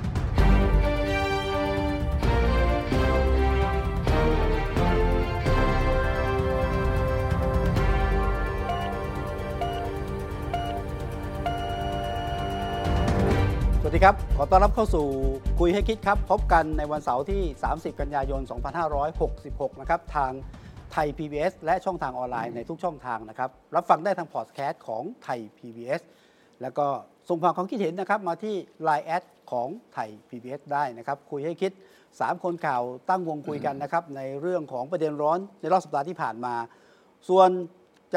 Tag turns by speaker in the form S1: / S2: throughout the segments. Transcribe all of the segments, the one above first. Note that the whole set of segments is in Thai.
S1: สวัสดีครับ ขอต้อนรับเข้าสู่คุยให้คิดครับ พบกันในวันเสาร์ที่ 30 กันยายน 2566 นะครับ ทางไทย PBS และช่องทางออนไลน์ในทุกช่องทางนะครับ รับฟังได้ทางพอดแคสต์ของไทย PBS แล้วก็ส่งความความคิดเห็นนะครับ มาที่ Line แอดของไทย PBS ได้นะครับ คุยให้คิด 3 คนข่าวตั้งวงคุยกันนะครับ ในเรื่องของประเด็นร้อนในรอบสัปดาห์ที่ผ่านมา ส่วน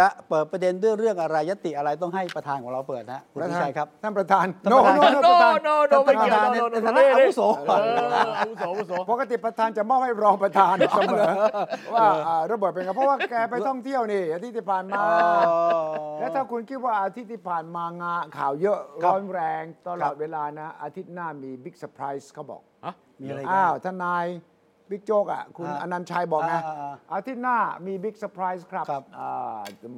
S1: จะเปิดประเด็นด้วยเรื่องอะไรยติอะไรต้องให้ประธานของเราเเปิดนะคุณวิชัยครับ
S2: ท่านประธาน
S1: ท่านประธาน
S3: โนโนโน
S1: ท่านป
S3: ไม่
S1: ระ
S3: เกี่ยว
S1: ธาน
S3: โน
S1: ใน
S3: โนโน
S1: ฐานะอาวุโส
S3: เอออาวุโสอาวุโส
S2: ปกติประธานจะมอบให้รองประธานเสมอว่าอ่าระเบิดเป็นไงเพราะว่าแกไปท่องเที่ยวนี่อาทิตย์ที่ผ่านมา แล้วถ้าคุณคิดว่าอาทิตย์ที่ผ่านมางานข่าวเยอะ
S1: ครับ
S2: ร้อนแรงตล
S1: ครั
S2: อบ ดเวลานะ อาทิตย์หน้ามีบิ๊กเซอร์ไพรส์เขาบอก
S3: ฮะ
S1: มีอะไร
S2: อ้า
S1: กั
S2: วน ทนายบิ๊กโจ๊กอ่ะคุณ
S1: อ่า
S2: อนันต์ชัยบอกนะ
S1: อ่าอ่า
S2: อาทิตย์หน้ามีบิ๊กเซอร์ไพรส์ครับ
S1: ครับ
S2: อ่า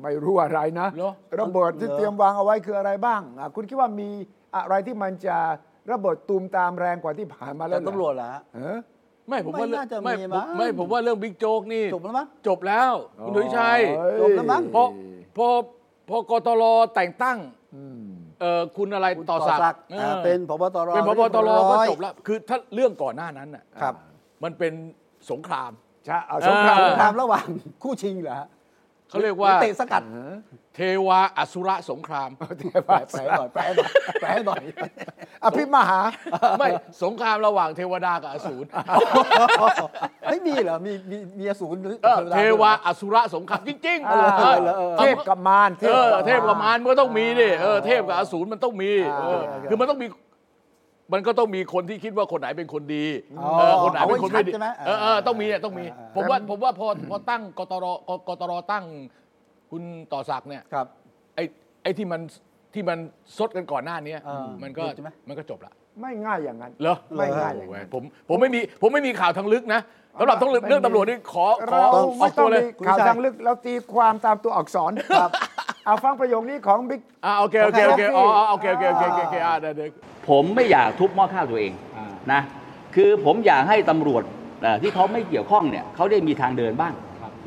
S2: ไม่รู้อะไรนะ
S3: เหรอ
S2: ระเบิดที่
S1: เหรอ
S2: เตรียมวางเอาไว้คืออะไรบ้างอ่ะคุณคิดว่ามีอะไรที่มันจะระเบิดตูมตามแรงกว่าที่ผ่านมาแล้
S1: แล้ว ว
S2: เหอ
S1: ตำรวจเหรอฮะ
S2: เออ
S3: ไม่ผมว่า
S1: ไม่
S3: เรื่อ
S1: น่าง จะ
S3: ไม่
S1: มี
S3: ผม
S1: มั้ง
S3: ไม่ผมว่าเรื่องบิ๊กโจ๊กนี่
S1: จบแล้วมั้ง
S3: จบแล้วคุณถุยชัย
S2: อ๋อ
S1: จบแล้วมั้ง
S3: พอพอพอกตรแต่งตั้งเอ่อคุณอะไรต่อศักดิ์
S1: อ่า
S3: ออ
S1: เป็นพบตร
S3: เป็นพบตรก็
S1: เย
S3: จบแล้ว คือถ้าเรื่องก่อนหน้านั้นน่ะ
S1: ครับ
S3: มันเป็นสงคราม
S2: ใช่เอาสงคราม
S3: เอ
S1: ส
S3: อ
S1: งครามระหว่างคู่ชิงเหรอฮะ
S3: เขาเรียกว่า
S1: หอเตะสกัด
S3: เทวาอสุรสงคราม
S1: แปลหน่อยแปลหน่อยแปลหน่อย
S2: อภิมหา
S3: ไม่สงครามระหว่างเทวดากับอสูร
S1: เฮ้ยมีเหรอ มีมีมีอสูรหรือ
S3: เออเทวา
S1: ด้วยเหรอ
S3: อสุรสงครามจริงๆ
S2: เออ
S3: เออ
S1: เออ
S2: เทพกับมาร
S3: เออเทพกับมาร รมันก็ต้องมีดิเออเทพกับอสูรมันต้องมี
S2: อ่า
S3: เออคือมันต้องมี มันก็ต้องมีคนที่คิดว่าคนไหนเป็นคนดี
S2: อ๋อ
S3: เออคนไหนเป็นคนไม่ดี
S1: เอาไว้ชัดใช่ไหม
S3: เออเออต้องมีเนี่ยต้องมี
S1: อ่า
S3: ผมว่าผมว่าพอพอตั้งกตรกกตรตั้งคุณต่อศักดิ์เนี่ย
S1: ครับ
S3: ไอ้ไอ้ที่มันที่มันซดกันก่อนหน้านี้
S1: เออ
S3: มันก็
S1: หยุดใช่ไหม
S3: มันก็จบละ
S2: ไม่ง่ายอย่างนั้น
S3: เหรอ
S2: ไม่ง่ายอย่างนั้น
S3: โอ้โหผมผมไม่มีผมไม่มีข่าวทางลึกนะสำหรับต้องลึกเรื่องตำรวจนี่ขอขอ
S2: เรา
S3: ออ
S2: ไม่
S3: ก
S2: ต้
S3: ตั
S2: อง
S3: วเลย
S2: มีข่าวทางลึกเราตีความตามตัวอักษรครับ เอาฟังประโยคนี้ของบิ๊ก
S3: อ่าโอเคโอเคโอเคอ๋ออ๋อโอเคโอเคโอเคโอเคโอเคอ่าเดี๋ยวเดี๋ยว
S4: ผมไม่อยากทุบหม้อข้าวตัวเอง
S1: อ่า
S4: นะคือผมอยากให้ตำรวจเอ่อที่เขาไม่เกี่ยวข้องเนี่ยเขาได้มีทางเดินบ้าง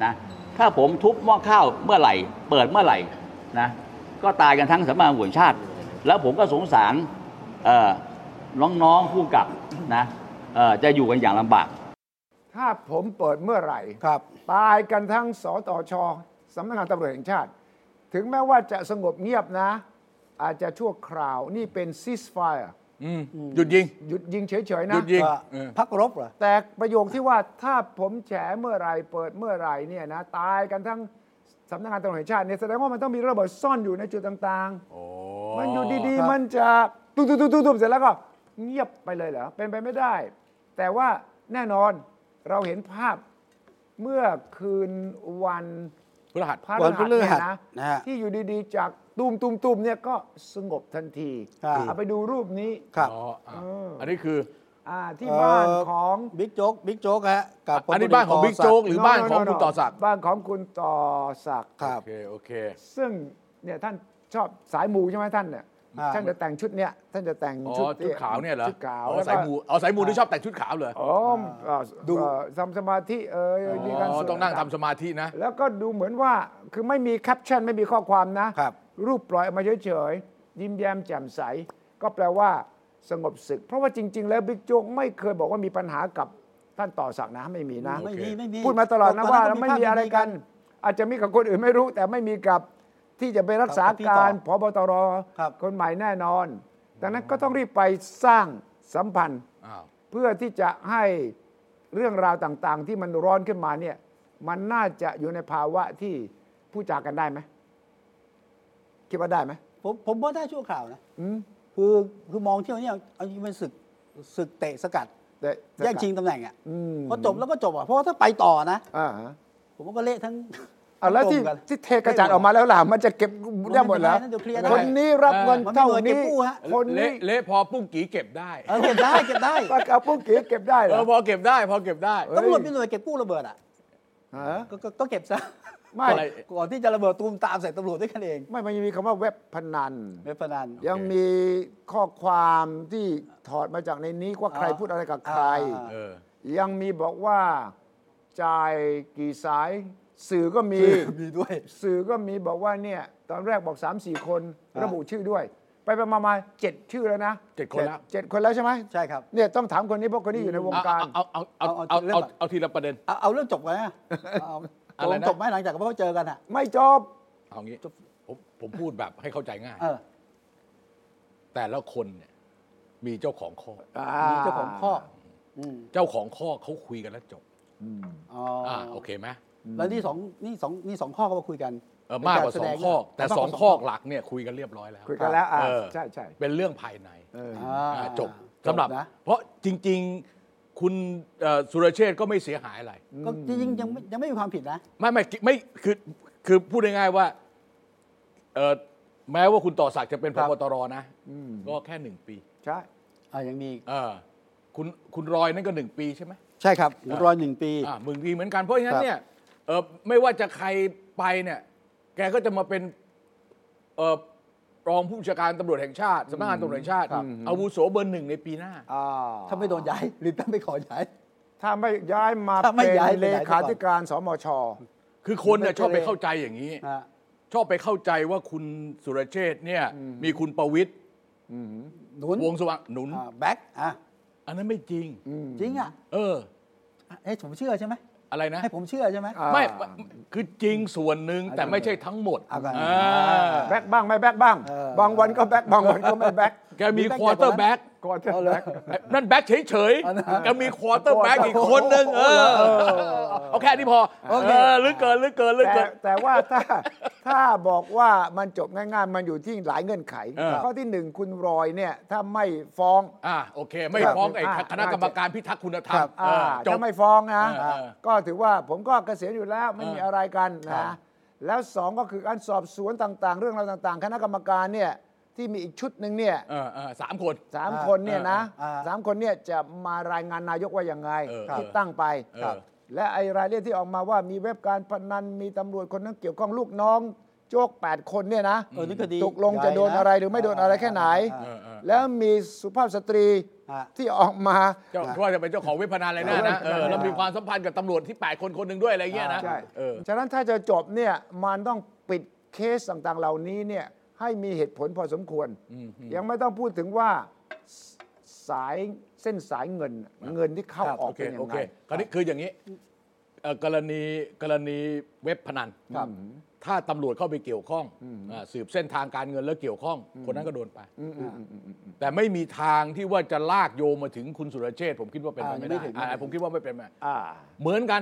S4: นะถ้าผมทุบหม้อข้าวเมื่อไหร่ เปิดเมื่อไหร่นะก็ตายกันทั้งสำนักงานหวนชาติ แล้วผมก็สงสารเอ่อน้องๆผู้กับนะเอ่อจะอยู่กันอย่างลำบาก
S2: ถ้าผมเปิดเมื่อไหร่
S1: ครับ
S2: ตายกันทั้งสตชสำนักงานตำรวจแห่งชาติ ถึงแม้ว่าจะสงบเงียบนะ อาจจะชั่วคราวนี่เป็นซีสไฟร์
S3: อืมหยุดยิง
S2: หยุดยิงเฉยๆ
S3: ห
S2: นะ
S3: ยุดยิง
S1: ว่า
S3: เออ
S1: พักรบเหรอ
S2: แต่ประโยคที่ว่าถ้าผมแฉเมื่อไหรเปิดเมื่อไหรเนี่ยนะตายกันทั้งสำนักงานตำรวจแห่งชาติเนี่ยแสดงว่ามันต้องมีระเบิดซ่อนอยู่ในจุดต่างๆ มันอยู่ดี
S1: ครับ
S2: ๆ มันจะตุ้มตุ้มตุ้มตุ้มเสร็จแล้วก็เงียบไปเลยเหรอเป็นไปไม่ได้ แต่ว่าแน่นอนเราเห็นภาพเมื่อคืนวัน
S3: พฤหัส
S2: พระ
S1: วันพฤหัส
S2: เนี่ย
S1: นะฮะ
S2: ที่อยู่ดีๆ จากตุ้มตุ้มตุ้มเนี่ยก็สงบทันที
S1: ครับ
S2: เอาไปดูรูปนี้
S1: ครับ
S3: อ๋ออ่ะอันนี้คือ
S2: อ่าที่บ้าน
S1: เอ่อ
S2: ของ
S1: บิ๊กโจ๊ก บิ๊กโจ๊กฮะ กับพล
S3: อันนี้บ้านของ
S1: ต
S3: บิ๊กโจ๊กหรือ
S2: No,
S3: บ้าน
S2: no,
S3: ของ
S2: no,
S3: คุณ
S2: no.
S3: ต่อศักดิ์
S2: บ้านของคุณต่อศักดิ์
S1: ครับ
S3: โอเคโอเค
S2: ซึ่งเนี่ยท่านชอบสายมูใช่ไหมท่านเนี่ย
S1: อ่า
S2: ท่านจะแต่งชุดเนี่ยท่านจะแต่ง
S3: อ๋อ
S2: ชุด
S3: ชุดขาวเนี่ยเหรอ
S2: ชุดขาว
S3: อ๋อ
S2: แล้วก็
S3: สายมูอ๋อสายมูที่ชอบแต่งชุดขาวเหรอ
S2: อ๋อเอ่อ
S1: ดู
S2: เอ่อทำสมาธิเออ
S3: อ๋
S2: มีการส
S3: อ
S2: วด
S3: ต้องนั่งทำสมาธินะ
S2: แล้วก็ดูเหมือนว่าคือไม่มีแคปชั่นไม่มีข้อความนะ
S1: ครับ
S2: รูปปล่อยออกมาเฉยๆยิ้มแย้มแจ่มใส ก็แปลว่าสงบศึก เพราะว่าจริง ๆ แล้วบิ๊กโจ๊กไม่เคยบอกว่ามีปัญหากับท่านต่อศักดิ์นะไม่มีนะ
S3: โอเค
S1: ไม่มี ไม่มี
S2: พูดมาตลอดนะว่า
S1: ต
S2: ไม่
S1: ภพ
S2: มีอะไรกัน
S1: ดี
S2: อาจจะมีกับคนอื่นไม่รู้ แต่ไม่มีกับที่จะไปรักษา
S1: ครับพี่ต่
S2: การ
S1: อ
S2: พบตร
S1: ครับ
S2: คนใหม่แน่นอน ดังนั้นก็ต้องรีบไปสร้างสัมพันธ์
S3: อ้าว
S2: เพื่อที่จะให้เรื่องราวต่างๆ ที่มันร้อนขึ้นมาเนี่ยมันน่าจะอยู่ในภาวะที่พูดจากันได้ไหมคิดว่าได้ไหม
S1: ผมผมว่าได้ชั่วคราวนะ
S2: อืม
S1: คือคือมองเที่ยวเนี่ยเอาจริงเป็นศึกศึกเตะสกัด
S2: แต่
S1: แย่งชิงตำแหน่งอ่ะ
S2: อืม
S1: พอจบแล้วก็จบอ่ะ เพราะว่าถ้าไปต่อนะ
S2: อ่าฮะ
S1: ผมว่าก็เละทั้ง
S2: อ่ะแล้วที่
S1: ตรงกัน
S2: ที่เทกระจาดออกมาแล้วล่ะมันจะเก็บได้หมดแล้ว
S1: มันไม่ได้นะเดี๋ยวเคลียร์ได้
S2: คนนี้รับเงิน
S1: มันไม่
S2: เท่า
S1: เหลือเก็บ
S2: นี้
S1: กู้ฮะ
S2: คน
S3: เละ
S2: นี้
S3: เละพอปุ้งกีเก็บได้
S1: เออเก็บได้เก็ บได้
S2: ปากกาปุ๊กเก๋เก็บได้เหร
S3: เอ
S2: อ
S3: อพอเก็บได้ พอเก็บได้
S2: เออ
S1: ตำรวจเป็นหน่วยเก็บกู้ระเบิดอ่ะ
S2: ฮะ
S1: ก็ก็ก็เก็บ ซะ
S2: ไม่
S3: อะไร
S1: ก่อนที่จะระเบิดตูมตามใส่ตำรวจด้วยกันเอง
S2: ไม่มันยังมีคำว่าเว็บพนัน
S1: เว็บพนัน
S2: ยังมีข้อความที่ถอดมาจากในนี้ว่าใคร
S1: อ่า
S2: พูดอะไรกับใคร
S1: อ่า
S3: เออ
S2: ยังมีบอกว่าจ่ายกี่สาย สื่อก็มี
S1: มีด้วย
S2: สื่อก็มีบอกว่าเนี่ยตอนแรกบอก 3 4 คนระบุชื่อด้วย ไปไปมามาเจ็ดชื่อแล้วนะ
S3: เจ็ดคนแล้ว
S2: เจ็ดคนแล้วใช่ไหม
S1: ใช่ครับ
S2: เนี่ยต้องถามคนนี้เพราะคนนี้อยู่ในวงการ
S3: เอาเอาเอาเอาเอาเอาเอาทีละประเด็น
S1: เอาเอาเรื่องจบกันนะเอา
S3: อะไรนะ
S1: ตกลงจบไหมหลังจากที่เขาเจอกันอ่ะ
S2: ไม่จบ
S3: เอางี้ผมผมพูดแบบให้เข้าใจง่าย
S1: เออ
S3: แต่ละคนเนี่ยมีเจ้าของข้อ
S1: มีเจ้าของข้ออืม
S3: เจ้าของข้อเขาคุยกันแล้วจบ
S1: อ๋ออ
S3: อ่าโอเคไหม
S1: แล้วนี่สองนี่สองนี่สองข้อก็มาคุยกัน
S3: เออมากกว่าสองข้อ แต่สองข้อหลักเนี่ยคุยกันเรียบร้อยแล้ว
S2: คุยกันแล้วอ่ะ
S3: เออ
S2: ใช่ใช่
S3: เป็นเรื่องภายใน
S2: เออ
S1: อ่า
S3: อ่าจบสำหรับ
S1: นะ
S3: เพราะจริง ๆ คุณเอ่อสุรเชษฐ์ก็ไม่เสียหายอะไร
S1: ก็จริงๆยังไม่ยังไม่มีความผิดนะ
S3: ไม่ไม่ไม่คือคือพูดง่ายๆว่าเอ่อแม้ว่าคุณต่อศักดิ์จะเป็นพ
S1: ครับ
S3: บตรนะ ก็แค่หนึ่งปี
S2: ใช่
S1: อ่ายังมีอีก
S3: เออคุณคุณรอยนั่นก็หนึ่งปีใช่ไหม
S1: ใช่ครับรอยหนึ่งปี
S3: อ่ามึงปีเหมือนกัน เพราะฉะนั้
S1: ครั
S3: น
S1: บ
S3: เนี่ยเออไม่ว่าจะใครไปเนี่ย แกก็จะมาเป็นเออรองผู้บัญชาการตำรวจแห่งชาติสำนักงานตำรวจแห่งชาติอาวุโสเบอร์หนึ่งในปีหน้า
S2: อ่า
S1: ถ้าไม่โดนย้ายหรือถ้าไม่ขอย้าย
S2: ถ้าไม่ย้ายมา
S1: ถ้าไม่
S2: เป็น
S1: ย้ายไป
S2: เล
S1: ไหนไปก่อน
S2: ขาธิการสมช
S3: คือคนเนี่ยชอบไปเข้าใจอย่างนี้
S1: อ่า
S3: ชอบไปเข้าใจว่าคุณสุรเชษฐ์เนี่ย มีคุณประวิทย์
S1: หนุน
S3: วงศ์สว่างหนุน
S1: อ่าแบ็คอ่ะ
S3: อันนั้นไม่จริง
S1: จริงอ่ะ
S3: เออ
S1: ให้ผมเชื่อใช่ไหม
S3: อะไรนะ
S1: ให้ผมเชื่อใช่ไหม
S2: อ่า
S3: ไม่ไม่คือจริงส่วนหนึ่งแต่ไม่ใช่ทั้งหมด
S1: เอากัน
S3: เออ
S2: แบ็กบ้างไม่แบ็กบ้าง
S1: เออ
S2: บางวันก็แบ็กบางวันก็ไม่แบ็ก
S3: แกมีควอเตอร์แบ็ก
S2: ก็เท่า
S1: เอาเล
S2: แบ็
S1: ย
S2: ก
S3: นั่นแบ็กเฉย
S1: อันนั้น
S3: ๆแกมีควอเตอร์แบ็กอีกคนหนึ่งเออเอาแค่นี้พอ
S1: โอเค
S3: เออลึกเกินลึกเกินลึก
S2: แต่
S3: เกิน
S2: แต่ว่าถ้าถ้าบอกว่ามันจบง่ายๆ มันอยู่ที่หลายเงื่อนไข
S3: เออ
S2: ข้อที่หนึ่งคุณรอยเนี่ย ถ้าไม่ฟ้อง
S3: อ่าโอเค ไม่ฟ้องไอ้คณะกรรมการพิทักษ์คุณธรรมเอ
S2: อ่า
S3: อจ
S2: ถ้า
S3: บ
S2: ไม่ฟ้องนะ
S3: เออเออ
S2: ก็ถือว่าผมก็เกษียณอยู่แล้วไม่มี
S3: เอออ
S2: อะไรกัน
S3: ครั
S2: นะ
S3: บ
S2: แล้วสองก็คือการสอบสวนต่างๆ เรื่องราวต่างๆ คณะกรรมการเนี่ยที่มีอีกชุดหนึ่งเนี่ย
S3: เออเออสามคน
S2: สาม
S1: อ่า
S2: คนเนี่ยนะ
S1: อ่า
S2: สามคนเนี่ยจะมารายงานนายกว่ายังไง
S3: เออ
S2: ที่
S3: เออ
S2: ตั้งไป
S3: เออ
S2: ครับและไอ้รายละเอียดที่ออกมาว่ามีเว็บการพนันมีตำรวจคนนั้นเกี่ยวข้องลูกน้องโจกแปดคนเนี่ยนะ
S1: เออนี่ก็ดี
S2: ตกลงจะโดนอะไรหรือไม่โดนอะไรแค่ไหน
S3: เออเออ
S2: แล้วมีสุภาพสตรี
S1: อ่ะ
S2: ที่ออกมา
S3: เจ้าว่าจะเป็นเจ้าของเว็บพนันอะไรแน่นะเออแล้วมีความสัมพันธ์กับตำรวจที่ 8 คนคนหนึ่งด้วยอะไรเงี้ยนะ
S2: ใช่
S3: เออ
S2: ฉะนั้นถ้าจะจบเนี่ยมันต้องปิดเคสต่างๆเหล่านี้เนี่ยให้มีเหตุผลพอสมควร ยังไม่ต้องพูดถึงว่าสสายเส้นสายเงิน เงินที่เข้า
S3: ครับ
S2: ออก
S3: โอเค
S2: เป็นยัง
S3: โอ
S2: ไง
S3: เคคราวนี้คืออย่างนี้เอ่อกรณีกรณีเว็บพนัน
S2: ครับ
S3: ถ้าตำรวจเข้าไปเกี่ยวข้องอ่าสืบเส้นทางการเงินแล้วเกี่ยวข้อง คนนั้นก็โดนไป แต่ไม่มีทางที่ว่าจะลากโยงมาถึงคุณสุรเชษฐ์ผมคิดว่าเป็นไป
S1: อ่า
S3: ไม่
S1: ไม่
S3: ได้
S1: ถึง
S3: อ่าผมคิดว่าไม่เป็นไป
S2: อ่า
S3: เหมือนกัน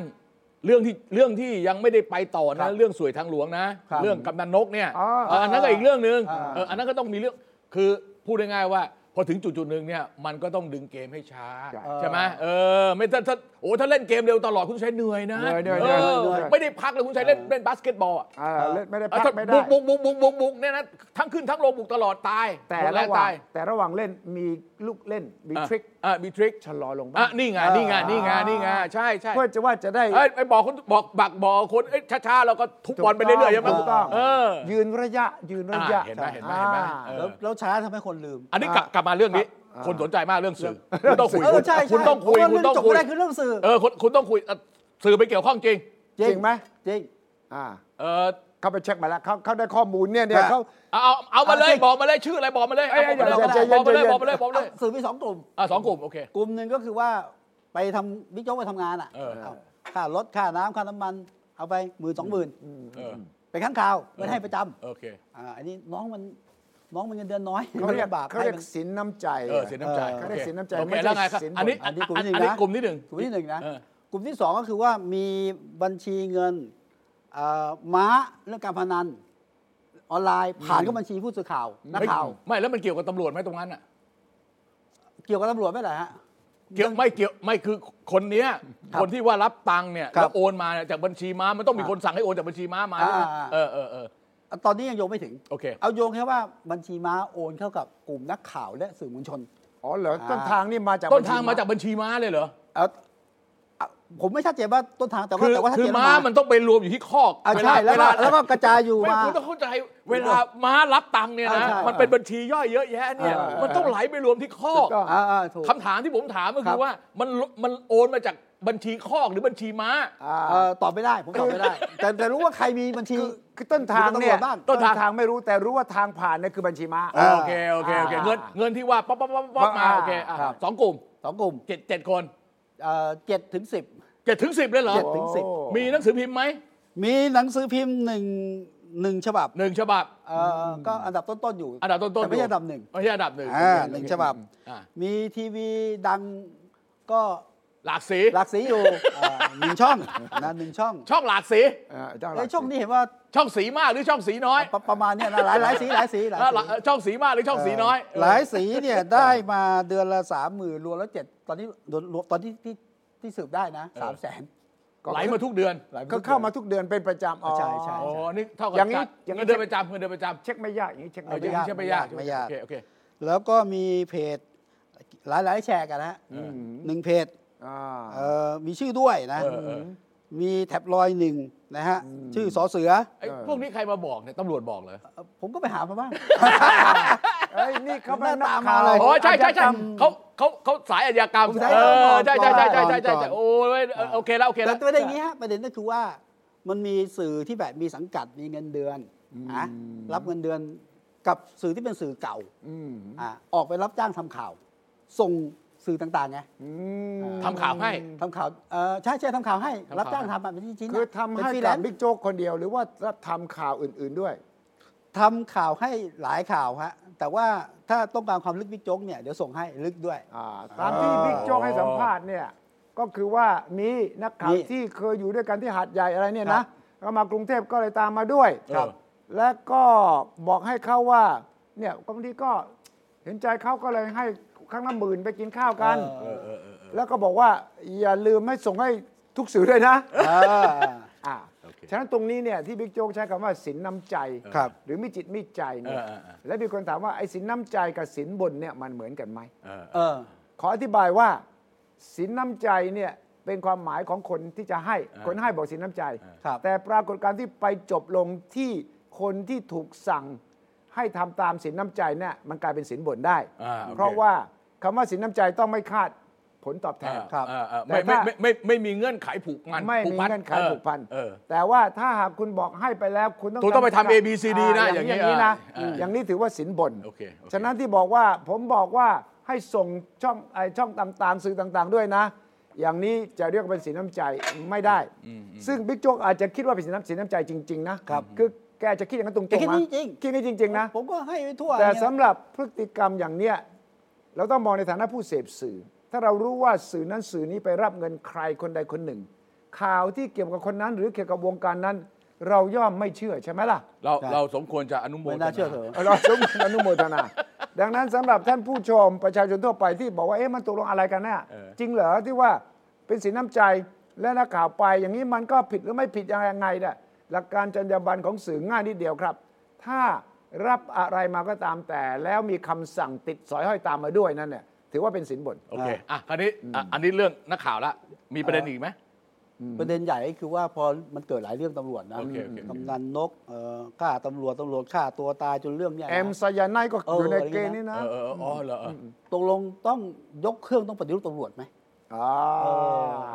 S3: เรื่องที่เรื่องที่ยังไม่ได้ไปต่อนะ เรื่องสวยทางหลวงนะ เรื่องกำนันนกเนี่ย
S2: อ๋อ
S3: เอออันนั้นก็อีกเรื่องหนึ่งเอออันนั้นก็ต้องมีเรื่องคือพูดง่ายๆว่า พอถึงจุดๆหนึ่งเนี่ยมันก็ต้องดึงเกมให้ช้า ใช่ไหมเออไม่ถ้าถ้าโอ้ถ้าเล่นเกมเร็วตลอดคุณชัยเหนื่อยนะ
S2: เหนื่อยเหนื่อย
S3: เออ
S2: เหนื่อย
S3: ไม่ได้พักเลยคุณชัยเล่นเล่นบาสเกตบอลอะ
S2: อ่าเล่นไม่ได้
S3: อ่ะ
S2: พั
S3: ถ้าก
S2: ไม่ได้
S3: บุกบุกบุกบุกบุกบุกเนี่ยนะทั้งขึ้นทั้งลงบุกตลอดตาย
S2: แต่
S3: โดน
S2: ระ
S3: ไล่
S2: หว่าง
S3: ตาย
S2: แต่ระหว่างเล่นมีลูกเล่นมี
S3: อ่ะ
S2: ทริค
S3: อ่ะมีทริค
S2: ชะลอลง
S3: อ่ะ
S2: บ้าง
S3: นี่ไงนี่ไงนี่ไงนี่ไงใช่ใช่
S2: เพื่อจะว่าจะได้
S3: เอ้ยไปบอกคนบอกบักบอกคนเอ้ยช้าๆเราก็ทุบบอลไปเรื่อยๆใช่ไหม
S2: ถูกต้อง
S3: เออ
S2: ยืนระยะยืนระยะ
S3: อ่าเห็นไหมเห็นไหมเห็นไหม
S2: อ่า
S3: เออ
S1: แล้วแล้วช้าทำให้คนลืม
S3: อันนี้กลับกลับมาเรื่องนี้ คนสนใจมากเรื่องสื่อคุณต้องคุย
S1: เออใช่
S3: คุณต้องคุย
S1: เพราะว่าเรื่
S3: คุณ
S1: อ
S3: ต้อง
S1: จบ
S3: คุย
S1: ไม่ได้คือเรื่องสื่อ
S3: เออคุณคุณต้องคุยอ่ะสื่อไปเกี่ยวข้องจริง
S2: จริงไหม
S1: จริง
S2: อ่า
S3: เออ
S2: เขาไปเช็คมาแล้วเขาเขาได้ข้อมูลเนี่ยเนี่ย
S1: ครับ
S2: เขา
S3: เอาเอาเอามาเลย
S1: เอาสิ
S3: บอกมาเลยชื่ออะไรบอกมาเลย
S2: เอ้ย
S3: เอาบอกมาเล
S2: เอ้ย
S3: ย
S2: ใจ
S3: บอกมาเลย
S2: เย็น
S3: บอกมาเลยบอกมาเลยบอกมาเลย
S1: เอาสื่อมีสองกลุ่ม
S3: อ่ะสองกลุ่มโอเค
S1: กลุ่มหนึ่งก็คือว่าไปทำบิ๊กโจ๊กไปทำงานอ่ะ
S3: เออ
S1: เอาค่ารถค่าน้ำค่าน้ำมัน เอาไปหมื่นสองหมื่น
S3: เออ
S1: ไปนครั้งคราวไม่ได้ให้ประจ
S3: โอเค
S1: ำอ่าอันนี้น้องมันน้องมันเงินเดือนน้อย
S2: เขาเรียก
S1: มันลำบาก
S2: เขาเรียก
S1: ให้มัน
S2: สินน้ำใจ
S3: เออเสียน้ำใจ
S1: เออ
S3: โอ
S2: เขาเรียก
S3: ค
S2: เสียน้ำใจ
S3: โอ
S2: ไม่
S3: เค
S2: ใช่
S3: แล้วไงครับ
S2: สินบน
S3: อันนี้
S1: อั
S3: อั
S1: น
S3: น
S1: นี้
S3: นี้
S1: กลุ่มที่หนึ่ง
S3: อัน
S1: นะ
S3: นี้กลุ่มที่ห
S1: กลุ่มที่ห
S3: นึ่ง
S1: นึ่งนะ
S3: เออ
S1: กลุ่มที่สองก็คือว่ามีบัญชีเงินเอ่อม้าเรื่องการพนันออนไลน์ผ่านเข้าบัญชีผู้สื่อข่าวนัก
S3: ไม่
S1: ข่าว
S3: ไม่แล้วมันเกี่ยวกับตำรวจไหมตรงนั้นอ่ะ
S1: เกี่ยวกับตำรวจไหมล่ะฮะ
S3: เกี่ยวไม่เกี่ยวไม่คือคนเนี้ย
S1: ครับ
S3: คนที่ว่ารับตังค์เนี่ย
S1: ครับ
S3: แล้วโอนมาเนี่ยจากบัญชีม้ามันต้องมีคนสั่งให้โอนจากบัญชีม้ามาใช่ไหม
S1: อ่า
S3: เออเออเออ
S1: ตอนนี้ยังโยงไม่ถึง
S3: โอเค
S1: เอาโยงแค่ว่าบัญชีม้าโอนเข้ากับกลุ่มนักข่าวและสื่อมวลชน
S2: อ๋อเหรอ
S1: อ่า
S2: ต้นทางนี่มาจาก
S3: ต้นทาง
S2: บัญชี
S3: มาจากบัญชีม้าเลยเหรอ
S1: เอาเอาผมไม่ชัดเจนว่าต้นทางแต่ว่า
S3: คือ
S1: แต่ว่าชัด
S3: คือ
S1: เจน
S3: ม้ามันต้องไปรวมอยู่ที่คอก
S1: อ่า
S3: เวลา
S1: ใช่แล้ว
S3: เว
S1: ก็
S3: ลา
S1: แล้วก็กระจายอยู่
S3: ไม่
S1: มา
S3: คุณต้องเข้าใจเวลาม้ารับตังค์เนี่ย
S1: อ่า
S3: นะ
S1: ใช่
S3: มันเป็นบัญชีย่อยเยอะแยะเนี่ยมันต้องไหลไปรวมที่คอก
S2: ก็
S1: อ่าอ่าถูก
S3: คำถามที่ผมถามก็
S1: ครับ
S3: คือว่ามันมันโอนมาจากบัญชีคอกหรือบัญชีม้า
S2: อ่า
S1: เอ่อตอบไม่ได้ ผมตอบไม่ได้ แต่แต่รู้ว่าใครมีบัญชี
S2: คือคือต้นทางเนี่
S1: คือตำร
S2: ย
S1: วจบ้าง
S2: ต้นทางไม่รู้แต่รู้ว่าทางผ่านเนี่ยคือบัญชีม้า
S1: อ่า
S3: โอเคโอเคโอเค
S2: อ่า
S3: เงินเงินที่ว่าป๊อปป๊อปป๊อปป๊อปมา
S2: อ่า
S3: โอเคอ่ะ
S2: ครับ
S3: สองกลุ่ม
S1: สองกลุ่ม
S3: เจ็ดเจ็ดคน
S1: เอ่อเจ็ดถึงสิบ
S3: เจ็ดถึงสิบเลยเหรอ
S1: เจ็ด ถึงสิบ
S2: โอ้
S3: มีหนังสือพิมพ์ไหม
S1: มีหนังสือพิมพ์หนึ่งหนึ่งฉบับ
S3: หนึ่งฉบับ
S1: เอ่ออก็อันดับต้น ๆ อยู่
S3: อันดับต้นต้น
S1: แต่ไม่ใช่อันดับหนึ่ง
S3: ไม่ใช่อันดับหนึ่ง
S1: อ่าหนึ่งฉบับ
S3: อ่า
S1: มีทีวีดังก็
S3: หลากสี
S1: หลักสีอยู่อ่าหนึ่งช่องนะหนึ่งช่อง
S3: ช่องหลากสี
S2: อ่าเจ้าหลั
S1: ไอ้
S2: ก
S1: ช่องนี้เห็นว่า
S3: ช่องสีมากหรือช่องสีน้อย
S1: ประประมาณเนี้ยนะหลายหลายสีหลายสีหลาย
S3: แล้ว
S1: สี
S3: เอ่อช่องสีมากหรือช่องสีน้อย
S1: หลายสีเนี่ย ได้มาเดือนละสามหมื่นรวมแล้วเจ็ดตอนนี้รวมตอนที่ที่ที่สืบได้นะสามแสน
S3: ไหลมาทุกเดือน
S2: ก็เข้ามาทุกเดือนเป็นประจำอ๋อ
S1: ใช่ใช่
S3: อ๋อนี่เท่ากับ
S2: อย่างนี้
S3: จัด
S2: อย่างนี้
S3: เงินเดือนประจำเงินเดือนประจำ
S2: เช็คไม่ยากอย่างนี้เช็ค
S3: เออ
S2: ไม่
S3: อยัง
S2: ยาก
S3: ใช่ไหมยาก
S1: ไม่ยาก
S3: โอเคโอเค
S1: แล้วก็มีเพจหลายหลายๆแชร์กันนะฮะ
S3: อืม
S1: หนึ่งเพจ
S2: อ่า
S1: เอ่อมีชื่อด้วยนะ
S3: เออเออ
S1: มีแท็บลอยด์หนึ่งนะฮะ ชื่อสอเสือ
S3: ไอ้พวกนี้ใครมาบอกเนี่ยตำรวจบอกเลย
S1: เอ่อผมก็ไปหามาบ้าง
S2: เอ้ยนี่เขา
S1: ห
S2: เป็
S1: น้าน
S2: นัก
S1: ตา
S2: ข่าว
S1: มาเลย
S3: อ๋อใช่ใช่ใช่
S2: อาชญากรรม
S3: เขาเขาเขาสายอาชญากรรม
S1: ผมสาย
S3: เอ
S1: อาชญากรรม
S3: อใช่ใช่ใช่ใช่ใช่ใช่
S1: ก่อน
S3: ใช่โอ้ยเออโอเคแล้วโอเค
S1: แต่
S3: แล้ว
S1: ประเด็นอย่างนี้ฮะประเด็นก็คือว่า มันมีสื่อที่แบบมีสังกัดมีเงินเดือนนะรับเงินเดือนกับสื่อที่เป็นสื่อเก่าอ่ะออกไปรับจ้างทำข่าว ส่งสื่อต่างๆไง
S3: ทำข่าวให้
S1: ทำข่าวเอ่อใช่ใช่ทำข่าวให้
S3: ทำข่าว
S1: รับจ้างทำมาเป็นชิ้นๆนะ
S2: คือทำ
S1: เป็น
S2: ให้
S1: ฟรีแล
S2: กับ
S1: นซ์
S2: บิ๊กโจ๊กคนเดียวหรือว่าทำข่าวอื่นๆด้วย
S1: ทำข่าวให้หลายข่าวฮะแต่ว่าถ้าต้องการความลึกบิ๊กโจ๊กเนี่ยเดี๋ยวส่งให้ลึกด้วย
S2: อ่าตามที่บิ๊กโจ๊กให้สัมภาษณ์เนี่ย ก็คือว่ามีนักข่า
S1: มี
S2: วที่เคยอยู่ด้วยกันที่หาดใหญ่อะไรเนี่
S1: ค
S2: ย
S1: รั
S2: นะ
S1: บ
S2: ก็มากรุงเทพก็เลยตามมาด้วย
S3: ครับ
S2: และก็บอกให้เขาว่าเนี่ยบางทีก็เห็นใจเขาก็เลยให้ครั้งละหมื่นไปกินข้าวกัน
S1: เออ
S2: แล้วก็บอกว่าอย่าลืมให้ส่งให้ทุกสื่อด้วยนะ
S1: อ่า
S2: อ่า
S3: โอเค
S2: ฉะนั้นตรงนี้เนี่ยที่บิ๊กโจ๊กใช้คำว่าสินน้ำใจ
S1: ครับ
S2: หรือมีจิตมีใจเนี่ย
S3: เออเออเออ
S2: และมีคนถามว่าไอ้สินน้ำใจกับสินบนเนี่ยมันเหมือนกันไหม
S3: เออ
S1: เออ
S2: ขออธิบายว่าสินน้ำใจเนี่ยเป็นความหมายของคนที่จะให้คนให้บอกสินน้ำใจ
S1: ครับ
S2: แต่ปรากฏการณ์ที่ไปจบลงที่คนที่ถูกสั่งให้ทำตามสินน้ำใจเนี่ยมันกลายเป็นสินบนได้
S3: อ่โอค
S2: เพราะว่าคำว่าสินน้ำใจต้องไม่คาดผลตอบแท
S3: อ่าน
S1: ครับ
S3: อ่าอ่า
S2: แต่
S3: ไม่ไม่
S2: ถ้า
S3: ไม่ไม่ไม่มีเงื่อนไขผูกมัน
S2: ไม่
S3: ผู
S2: มี
S3: พั
S2: เงื่อนไขผูกพัน
S3: เออ
S2: แต่ว่าถ้าหากคุณบอกให้ไปแล้วคุณต้อง
S3: คุณต้องไปทำ A B C D นะ
S2: อย่าง
S3: อ
S2: นี้อย่าง ย่าง
S3: นี้
S2: นี้นะ
S3: อ่า
S2: อย่างนี้ถือว่าสินบน
S3: โอเคโอเค
S2: ฉะนั้นที่บอกว่าผมบอกว่าให้ส่งช่องไอช่องต่างๆ สื่อต่างๆด้วยนะ อย่างนี้จะเรียกว่าเป็นสินน้ำใจไม่ได้ ซึ่งบิ๊กโจ๊กอาจจะคิดว่าเป็นสินน้ำสินน้ำใจจริง ๆ นะครับ คือแกจะคิดอย่างนั้นตรงๆ
S1: แกคิดจ
S2: นะ
S1: ริงๆ
S2: คิดนี้จริง ๆ นะ
S1: ผมก็ให้ไปทั่ว
S2: แต่
S1: เนี่ย
S2: สำหรับพฤติกรรมอย่างเนี้ยเราต้องมองในฐานะผู้เสพสื่อ ถ้าเรารู้ว่าสื่อนั้นสื่อนี้ไปรับเงินใครคนใดคนหนึ่ง ข่าวที่เกี่ยวกับคนนั้น หรือเกี่ยวกับวงการนั้น เราย่อมไม่เชื่อใช่ไหมล่ะ
S3: เรา
S1: ใช่
S3: เราสมควรจะอนุโมท
S1: ไม่
S3: นา
S1: น่าเชื่อเถอะ
S2: เราสมอนุโมทนา ดังนั้นสำหรับท่านผู้ชมประชาชนทั่วไปที่บอกว่าเอ๊ะมันตกลงอะไรกันแน่จริงเหรอที่ว่าเป็นสินน้ำใจและนักข่าวไป อย่างนี้มันก็ผิดหรือไม่ผิดยังไงเนี่ยหลักการจรรยาบรรณของสื่อง่ายนิดเดียวครับ ถ้ารับอะไรมาก็ตามแต่ แล้วมีคำสั่งติดสอยห้อยตามมาด้วยนั่นเนี่ยถือว่าเป็นสินบน
S3: โอเคอ่ะคราวนี้อ่ะอันนี้เรื่องนักข่าวละมีประเด็นอีกไหม
S1: ประเด็นใหญ่ก็คือว่าพอมันเกิดหลายเรื่องตำรวจนะ
S3: โอเคโอเค
S1: กำนันนกเอ่อฆ่าตำรวจตำรวจฆ่าตัวตายจนเรื่องเนี่ยนะ
S2: แอมไซยาไนด์ก็อยู่ใน
S1: เออ
S2: เกณฑ์นี้นะ
S3: เออเออเอออ๋อเหรอเออ
S1: ตกลงต้องยกเครื่องต้องปฏิรูปตำรวจไหม
S2: อ่า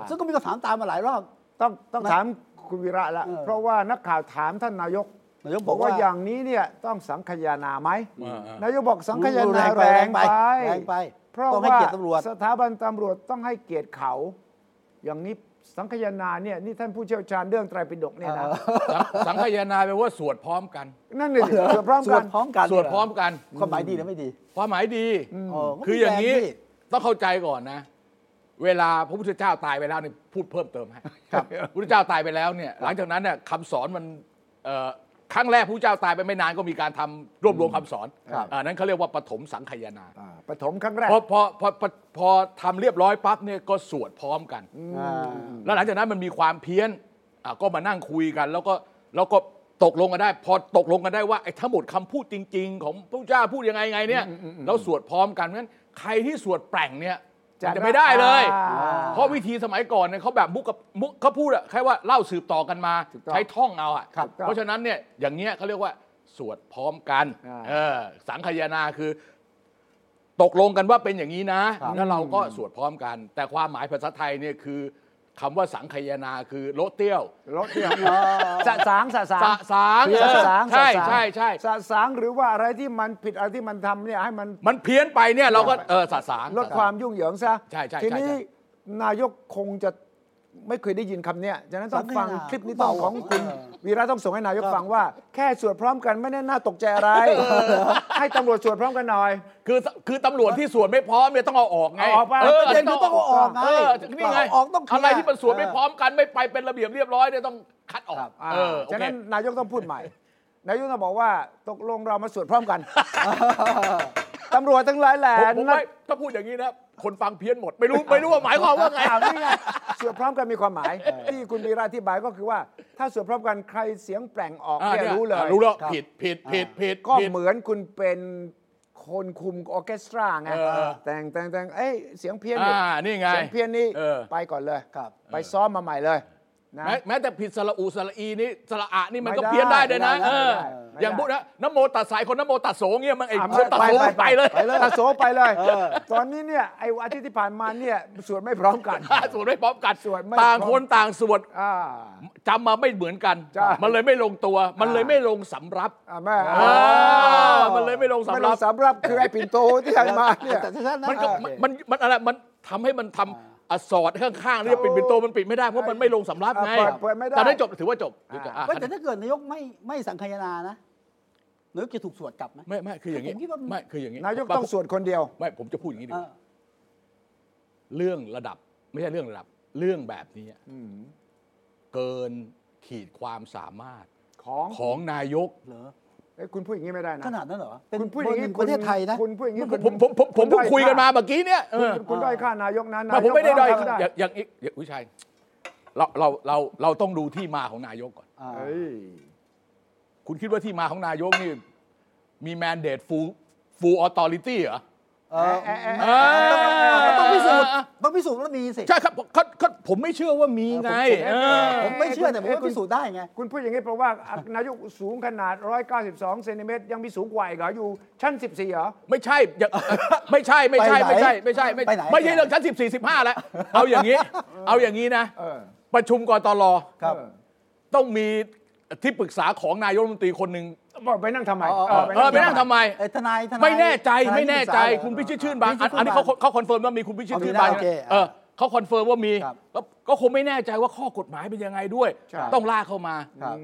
S1: ซึ่งก็มีคำถามตามมาหลายรอบ
S2: ต้องต้อง
S1: นะ
S2: ถามคุณวีระละ
S1: เออ
S2: เพราะว่านักข่าวถามท่านนายก
S1: นายกบอกว่า
S2: อย่างนี้เนี่ยต้องสังคายนาไหม
S3: อ่าอ่าน
S2: ายกบอกสังคาย
S1: แร
S2: นา
S1: แร
S2: แรง
S1: ง
S2: ไป
S1: ไปแรงไป
S2: เพราะ
S1: ต้องให้
S2: ว่า
S1: เกียรติตำรวจ
S2: สถาบันตำรวจต้องให้เกียรติเขา อย่างนี้สังคายนาเนี่ยนี่ท่านผู้เชี่ยวชาญเรื่องไตรปิฎกเนี่ยนะ
S3: สังสังคายนาแปลว่าสวดพร้อมกัน
S2: นั่นเลยสิเกือบพร้อม
S1: ส
S2: กั
S1: วด
S2: น
S1: พร้อมกัน
S3: สวดพร้อมกัน
S1: ความหมายดีหรือไม่ดี
S3: ความหมายดี
S1: เออก็
S3: คือ
S1: มี
S3: อย่างนี้
S1: แรงดิ
S3: ต้องเข้าใจก่อนนะ เวลาพระพุทธเจ้าตายไปแล้วนี่พูดเพิ่มเติมให้
S1: ครับ
S3: พระพุทธเจ้าตายไปแล้วเนี่ย หลังจากนั้นเนี่ยคำสอนมันเอ่อ ครั้งแรกผู้เจ้าตายไปไม่นานก็มีการทำรวบรวมคำสอน
S2: ครับ
S3: อ่านั้นเขาเรียกว่าปฐมสังคายนา
S2: อ่าปฐมครั้งแรก
S3: พอพอพอพอพอทำเรียบร้อยปั๊บเนี่ยก็สวดพร้อมกัน
S1: อ่า
S3: แล้วหลังจากนั้นมันมีความเพี้ยนอ่ะก็มานั่งคุยกัน แล้วก็แล้วก็ตกลงกันได้ พอตกลงกันได้ว่าไอ้ทั้งหมดคำพูดจริง ๆ ของพระเจ้าพูดยังไงไงเนี่ยแล้วสวดพร้อมกันเพราะฉะนั้นใครที่สวดแปลงเนี่ยมันจะไม่ได้เลย
S2: อ่า
S3: เพราะวิธีสมัยก่อนเนี่ยเขาแบบมุกกับมุกเขาพูดอะแค่ว่าเล่าสืบต่อกันมา
S2: ถูกต้อง
S3: ใช้ท่องเอาอะ
S2: ครับ
S3: เพราะฉะนั้นเนี่ยอย่างเงี้ยเขาเรียกว่าสวดพร้อมกัน
S2: อ่า
S3: เออสังคายนาคือ ตกลงกันว่าเป็นอย่างนี้นะครับ แล้วเราก็สวดพร้อมกัน แต่ความหมายภาษาไทยเนี่ยคือคำว่าสังคายนาคือโลดเตี้ยว
S2: รถเนี่ยสะสางสะสาง
S3: สะสาง
S2: สะสาง
S3: ใช่
S2: สะสาง
S3: ใช่ใช่
S2: สะสางหรือว่าอะไรที่มันผิดอะไรที่มันทำเนี่ยให้มัน
S3: มันเพี้ยนไปเนี่ยเราก็เออสะสาง
S2: ลดความยุ่งเหยิงซะ
S3: ใช่ใช่
S2: ที
S3: ใช่
S2: นี้
S3: ใช่
S2: นายกคงจะไม่เคยได้ยินคำเนี้ยฉะนั้นต้องฟัง
S1: สังขยา
S2: คลิปนี้ต้องของคุณ
S1: เออ
S2: วีระต้องส่งให้นายกฟังว่า แค่สวดพร้อมกันไม่ได้น่าตกใจอะไร ให้ตำรวจสวดพร้อมกันหน่อย
S3: คือคือตำรวจที่สวดไม่พร้อมเนี่ยต้องเอาออกไง
S2: เอาออกไป
S3: เออ
S1: ประเด็นคือต้องเอาออกไง
S3: เออนี่ไง
S1: เอาออกต้องเคลีย
S3: อะไรที่มันสวนไม่
S1: เ
S3: พร้อมกันไม่ไปเป็นระเบียบเรียบร้อยเนี่ยต้องคัดออ
S1: ครับ
S3: กเออโอ
S2: ฉะ
S3: เค
S2: นั้นนายกต้องพูดใหม่ นายกต้องบอกว่าตกลงเรามาสวดพร้อม กัน ตำรวจทั้งหลายแหล่
S3: ผมผม
S2: นัด
S3: ไม่ถ้าพูดอย่างนี้นะ คนฟังเพี้ยนหมด ไม่รู้ไม่รู้ว่าหมายความว่าไง
S2: อ่านี่ไงเสือพร้อมกันมีความหมาย ที่คุณวีระอธิบายก็คือว่า ถ้าเสือพร้อมกันใครเสียงแปลงออก
S3: อ่า
S2: เนี่ยรู้เลย
S3: อ่ารู้แล้ว
S2: ครับ
S3: ผิดผิดผิดผิด
S2: ก็
S3: ผิด
S2: เหมือนคุณเป็นคนคุมออร์เคสตราไง
S3: เออ
S2: แต่งแต่งแต่งเอ้ยเสียงเพี้ยน
S3: อ่านี่ไง
S2: เสียงเพี้ยนนี่
S3: เออ
S2: ไปก่อนเลย
S1: ครับ
S2: ไปซ้อมมาใหม่เลยนะ
S3: แม้แม้แต่ผิดสระอูสระอีนี่สระอะนี่มัน
S2: ไม่
S3: ก็
S2: ได้
S3: เพี้ยนได้เลยนะ
S2: ไม่ได้
S3: เออ
S2: ไม่ได้ไม่ได้
S3: อย่างพูดนะนโมตัดสายคนนโมตัดโสเงี้ยมันไอ้
S2: อ่ะ
S3: คนตัดโสไปเลย
S2: ไปเลยตะโสไปเลย ตอนนี้เนี่ยไอ้อาทิตย์ที่ผ่านมาเนี่ยสวดไม่พร้อม กัน
S3: สวดไม่พร้อมกัน
S2: สวดไม่
S3: ต่าง
S2: พร้อม
S3: คนต่างสวด
S2: อ่า
S3: จำมาไม่เหมือนกัน
S2: ใช่
S3: มันเลยไม่ลงตัว มันเลยไม่ลงสำรับ
S2: อ่าแม่
S3: อ่ามันเลยไม่ลงสำรับ
S2: ไม่ลงสำรับคือไอ้ปิ่นโตที่ให้มาเนี่ย
S1: แต่ท่านนะ
S3: มันก็
S1: เออ
S3: มันมันมันอะไรมันทำให้มันทำอสอดข้างๆเนี่ยปิดปิดโตมันปิดไม่ได้เพราะมันไม่ลงสำรับไง
S2: เปิดเปิดไม่ได้
S3: แต่ได้จบถือว่าจบถือว่าจบอ่ะ
S1: เว้ยแต่ถ้าเกิดนายกไม่ไม่สังคายนานะนายกจะถูกสวดกลับไหม
S3: ไม่ไม่คืออย่างนี้
S1: ผมคิดว่ามัน
S3: ไม่คืออย่างนี้
S2: นายกต้องสวดคนเดียว
S3: ไม่ผมจะพูดอย่างนี้ดี
S1: เอก อ
S3: ว่าเรื่องระดับ ไม่ใช่เรื่องระดับ เรื่องแบบนี้เกินขีดความสามารถ
S2: ของ
S3: ของนายก
S1: เหรอ
S2: เอ้ยคุณพูดอย่างนี้ไม่ได้นะ
S1: ขนาดนั้นเหรอ เป็น
S2: คุณพูดอย่างนี้
S1: เบอร์หนึ่ประเทศไทยนะ
S2: คุณพูดอย่างนี้
S3: ผมผมผมผมเพิ่งคุยกันมาเมื่อกี้เนี่ยเอ
S2: คุณ
S3: อ
S2: คุณด้อยค่านายกนะ
S3: ไมาผมไม่ได้ด้อย
S2: ทำ
S3: อย่างอย่างอีกอย่างอุ้ยชัยเราเราเราเราต้องดูที่มาของนายกก่อน
S1: อ่า
S2: เอ้ย
S3: คุณคิดว่าที่มาของนายกนี่ มีแมนเดตฟูฟูออตอริตี้เหรอ
S1: เออ
S2: เอ้ยเอ้ย
S3: เอ้
S2: เอ้ย
S3: ย
S1: มันต้องพิสูจน์ต้องพิสูจน์ว่ามีสิ
S3: ใช่ครับผมเขาเขาผมไม่เชื่อว่ามีไงเออ
S1: ผมไม่เชื่อแต่ผมว่าพิสูจน์ได้ไง
S2: คุณพูดอย่างนี้เพราะว่านายกสูงขนาด 192เซนติเมตรยังมีสูงกว่าอีกเหรออยู่ชั้น 14เหรอ
S3: ไม่ใช่อย่าไม่ใช่ไม่ใช่
S1: ไป
S3: ไม่
S1: ไหน
S3: ใช่ไม่ใช่ไม่
S1: ไปไหน
S3: ไม่ใช่เรื่องชั้นสิบสี่สิบห้าแล้ว เอาอย่างนี้ เอาอย่างนี้นะ
S2: เออ
S3: ประชุมกตล
S1: ครับ
S2: เออ
S3: ต้องมีที่ปรึกษาของนายกรัฐมนตรีคนหนึ่ง
S2: บอกไปนั่งทำไม
S1: เออ
S3: เออไม่นั่งทำไม
S1: เอ้ยทนายทนาย
S3: ไม่แน่ใจ
S1: ทาย
S3: ไม่แน่ใจ
S1: ที่ปรึกษา
S3: คุณพิชิตชื่นบาง
S1: พิชิตชื่นบาง
S3: อันอันนี้เขาเขาคอนเฟิร์มว่ามีคุณพิชิต
S1: เอามี
S3: ชื่นบาง
S1: นะโอเค
S3: เออเขาคอนเฟิร์มว่ามี
S1: ครับ
S3: แล้วก็คงไม่แน่ใจว่าข้อกฎหมายเป็นยังไงด้วย
S1: ใช่
S3: ต้องลากเข้ามา
S1: ครับ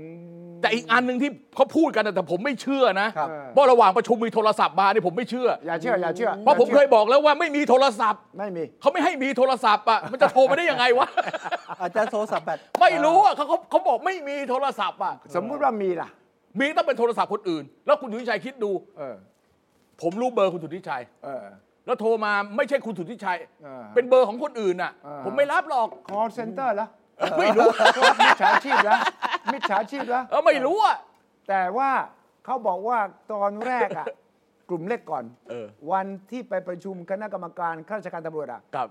S3: แต่อีกอันหนึ่งที่เขาพูดกันนะแต่ผมไม่เชื่อนะครับ เพราะระหว่างประชุมมีโทรศัพท์มาเนี่ยผมไม่เชื่อ
S2: อย่าเชื่ออย่าเชื่อ
S3: เพราะผมเคยบอกแล้วว่าไม่มีโทรศัพท์
S2: ไม่มี
S3: เขาไม่ให้มีโทรศัพท์อ่ะมันจะโทรมาได้ยังไงวะ
S1: อาจจะโซสับแบต
S3: ไม่รู้อ่ะเขาเขาเขาบอกไม่มีโทรศัพท์อ่ะ
S2: สมมุติว่ามีล่ะ
S3: มีต้องเป็นโทรศัพท์คนอื่น แล้วคุณสุทธิชัยคิดดู
S2: เออ
S3: ผมรู้เบอร์คุณสุทธิชัย
S2: เออ
S3: แล้วโทรมาไม่ใช่คุณสุทธิชัย
S2: อ่า
S3: เป็นเบอร์ของคนอื่นน่ะ
S2: อ่า
S3: ผมไม่รับหรอก
S2: call center ละ
S3: ไม่รู้
S2: มิจฉาชีพละมิจฉาชีพละ
S3: เออไม่รู้อ่ะ
S2: แต่ว่าเขาบอกว่าตอนแรกอะ กลุ่มเล็กก่อน
S3: เออ
S2: วันที่ไปประชุมคณะกรรมการข้าราชการตำรวจอะ
S3: กับ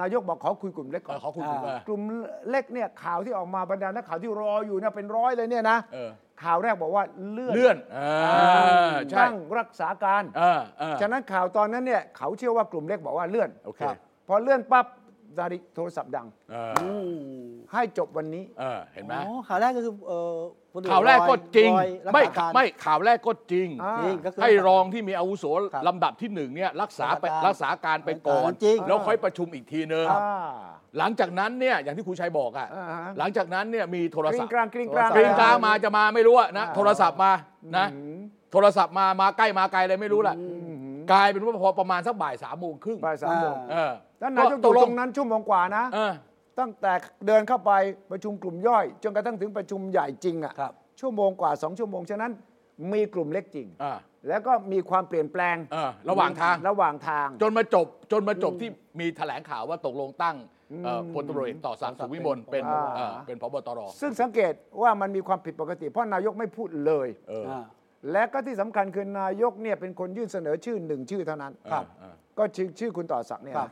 S2: นายกบอกขอคุยกลุ่มเล็ก
S3: เอ
S2: ก่อ
S3: อน ขอคุณคุณว่า
S2: กลุ่มเล็กเนี่ยข่าวที่ออกมาบรรดานักข่าวที่รออยู่เนี่ยเป็นร้อยเลยเนี่ยนะ
S3: เออ
S2: ข่าวแรกบอกว่าเลื่อน
S3: เลื่อนอ่าใช่
S2: ตั้งรักษาการ
S3: เออเออ
S2: ฉะนั้นข่าวตอนนั้นเนี่ยเขาเชื่อว่ากลุ่มเล็กบอกว่าเลื่อน
S3: โอเค
S2: รับพอเลื่อนปั๊บดาริโทรศัพท์ดัง
S3: เออ
S2: ให้จบวันนี้
S3: เออเห็นไหม
S1: อ๋อข่าวแรกก็คือเอ่อพลเอ
S3: ข่าวแรกก็จริง
S1: อยอย
S3: ไม่
S1: ษาการ
S3: ไม่ข่าวแรกก็จริง
S2: อ่า
S1: จริงก็คือ
S3: ให้รองที่มีอาวุโส
S1: ครับ
S3: ลำดับที่หนึ่งเนี่ยรักษาไป
S1: รั
S3: รั
S1: ก
S3: ก
S1: ษา
S3: ษา
S1: การ
S3: การไปก่อน
S1: จริง
S3: แล้วค่อยประชุมอีกทีนึง
S2: อ่า
S3: หลังจากนั้นเนี่ยอย่างที่ครูชัยบอกอ่ะ
S2: อ่าฮะ
S3: หลังจากนั้นเนี่ยมีโทร
S2: กริ
S3: ศั
S2: ง
S3: พท์
S2: กลางกริงกลาง
S3: กริงกลางมาจะมาไม่รู้อะนะโทรศัพท์มานะ
S2: อืม
S3: โทรศัพท์มา มาใกล้มาไกลเลยไม่รู้แหละกลายเป็นว่าพอประมาณสักบ่ายสามโมงครึ่ง
S2: บ่ายสามโมง
S3: เออ
S2: ท่านนายกอ
S3: ต
S2: ยู่
S3: กล
S2: ต
S3: ง
S2: รงนั้นชั่วโมงกว่านะ
S3: เออ
S2: ตั้งแต่เดินเข้าไปประชุมกลุ่มย่อย จนกระทั่งถึงประชุมใหญ่จริงอ่ะ
S1: ครับ
S2: ชั่วโมงกว่าสองชั่วโมง ฉะนั้นมีกลุ่มเล็กจริง
S3: อ่า
S2: แล้วก็มีความเปลี่ยนแปลง
S3: เออระหว่างทาง
S2: ระหว่างทาง
S3: จนมาจบจนมาจบที่มีแถลงข่าวว่าตกลงตั้งเอ่อพลตำรวจเอกต่อสักดิ์สุขวิมลเป็น
S2: อ่า
S3: เอ่อเป็นพบตร
S2: ซึ่งสังเกตว่ามันมีความผิดปกติ เพราะนายกไม่พูดเลย
S3: เออ
S1: อ่า
S2: และก็ที่สำคัญคือนายกเนี่ยเป็นคนยื่นเสนอชื่อหนึ่งชื่อเท่านั้น
S3: ครับ
S2: อ่าก็ชื่อชื่อคุณต่อศักดิ์เนี่ย
S3: ครับ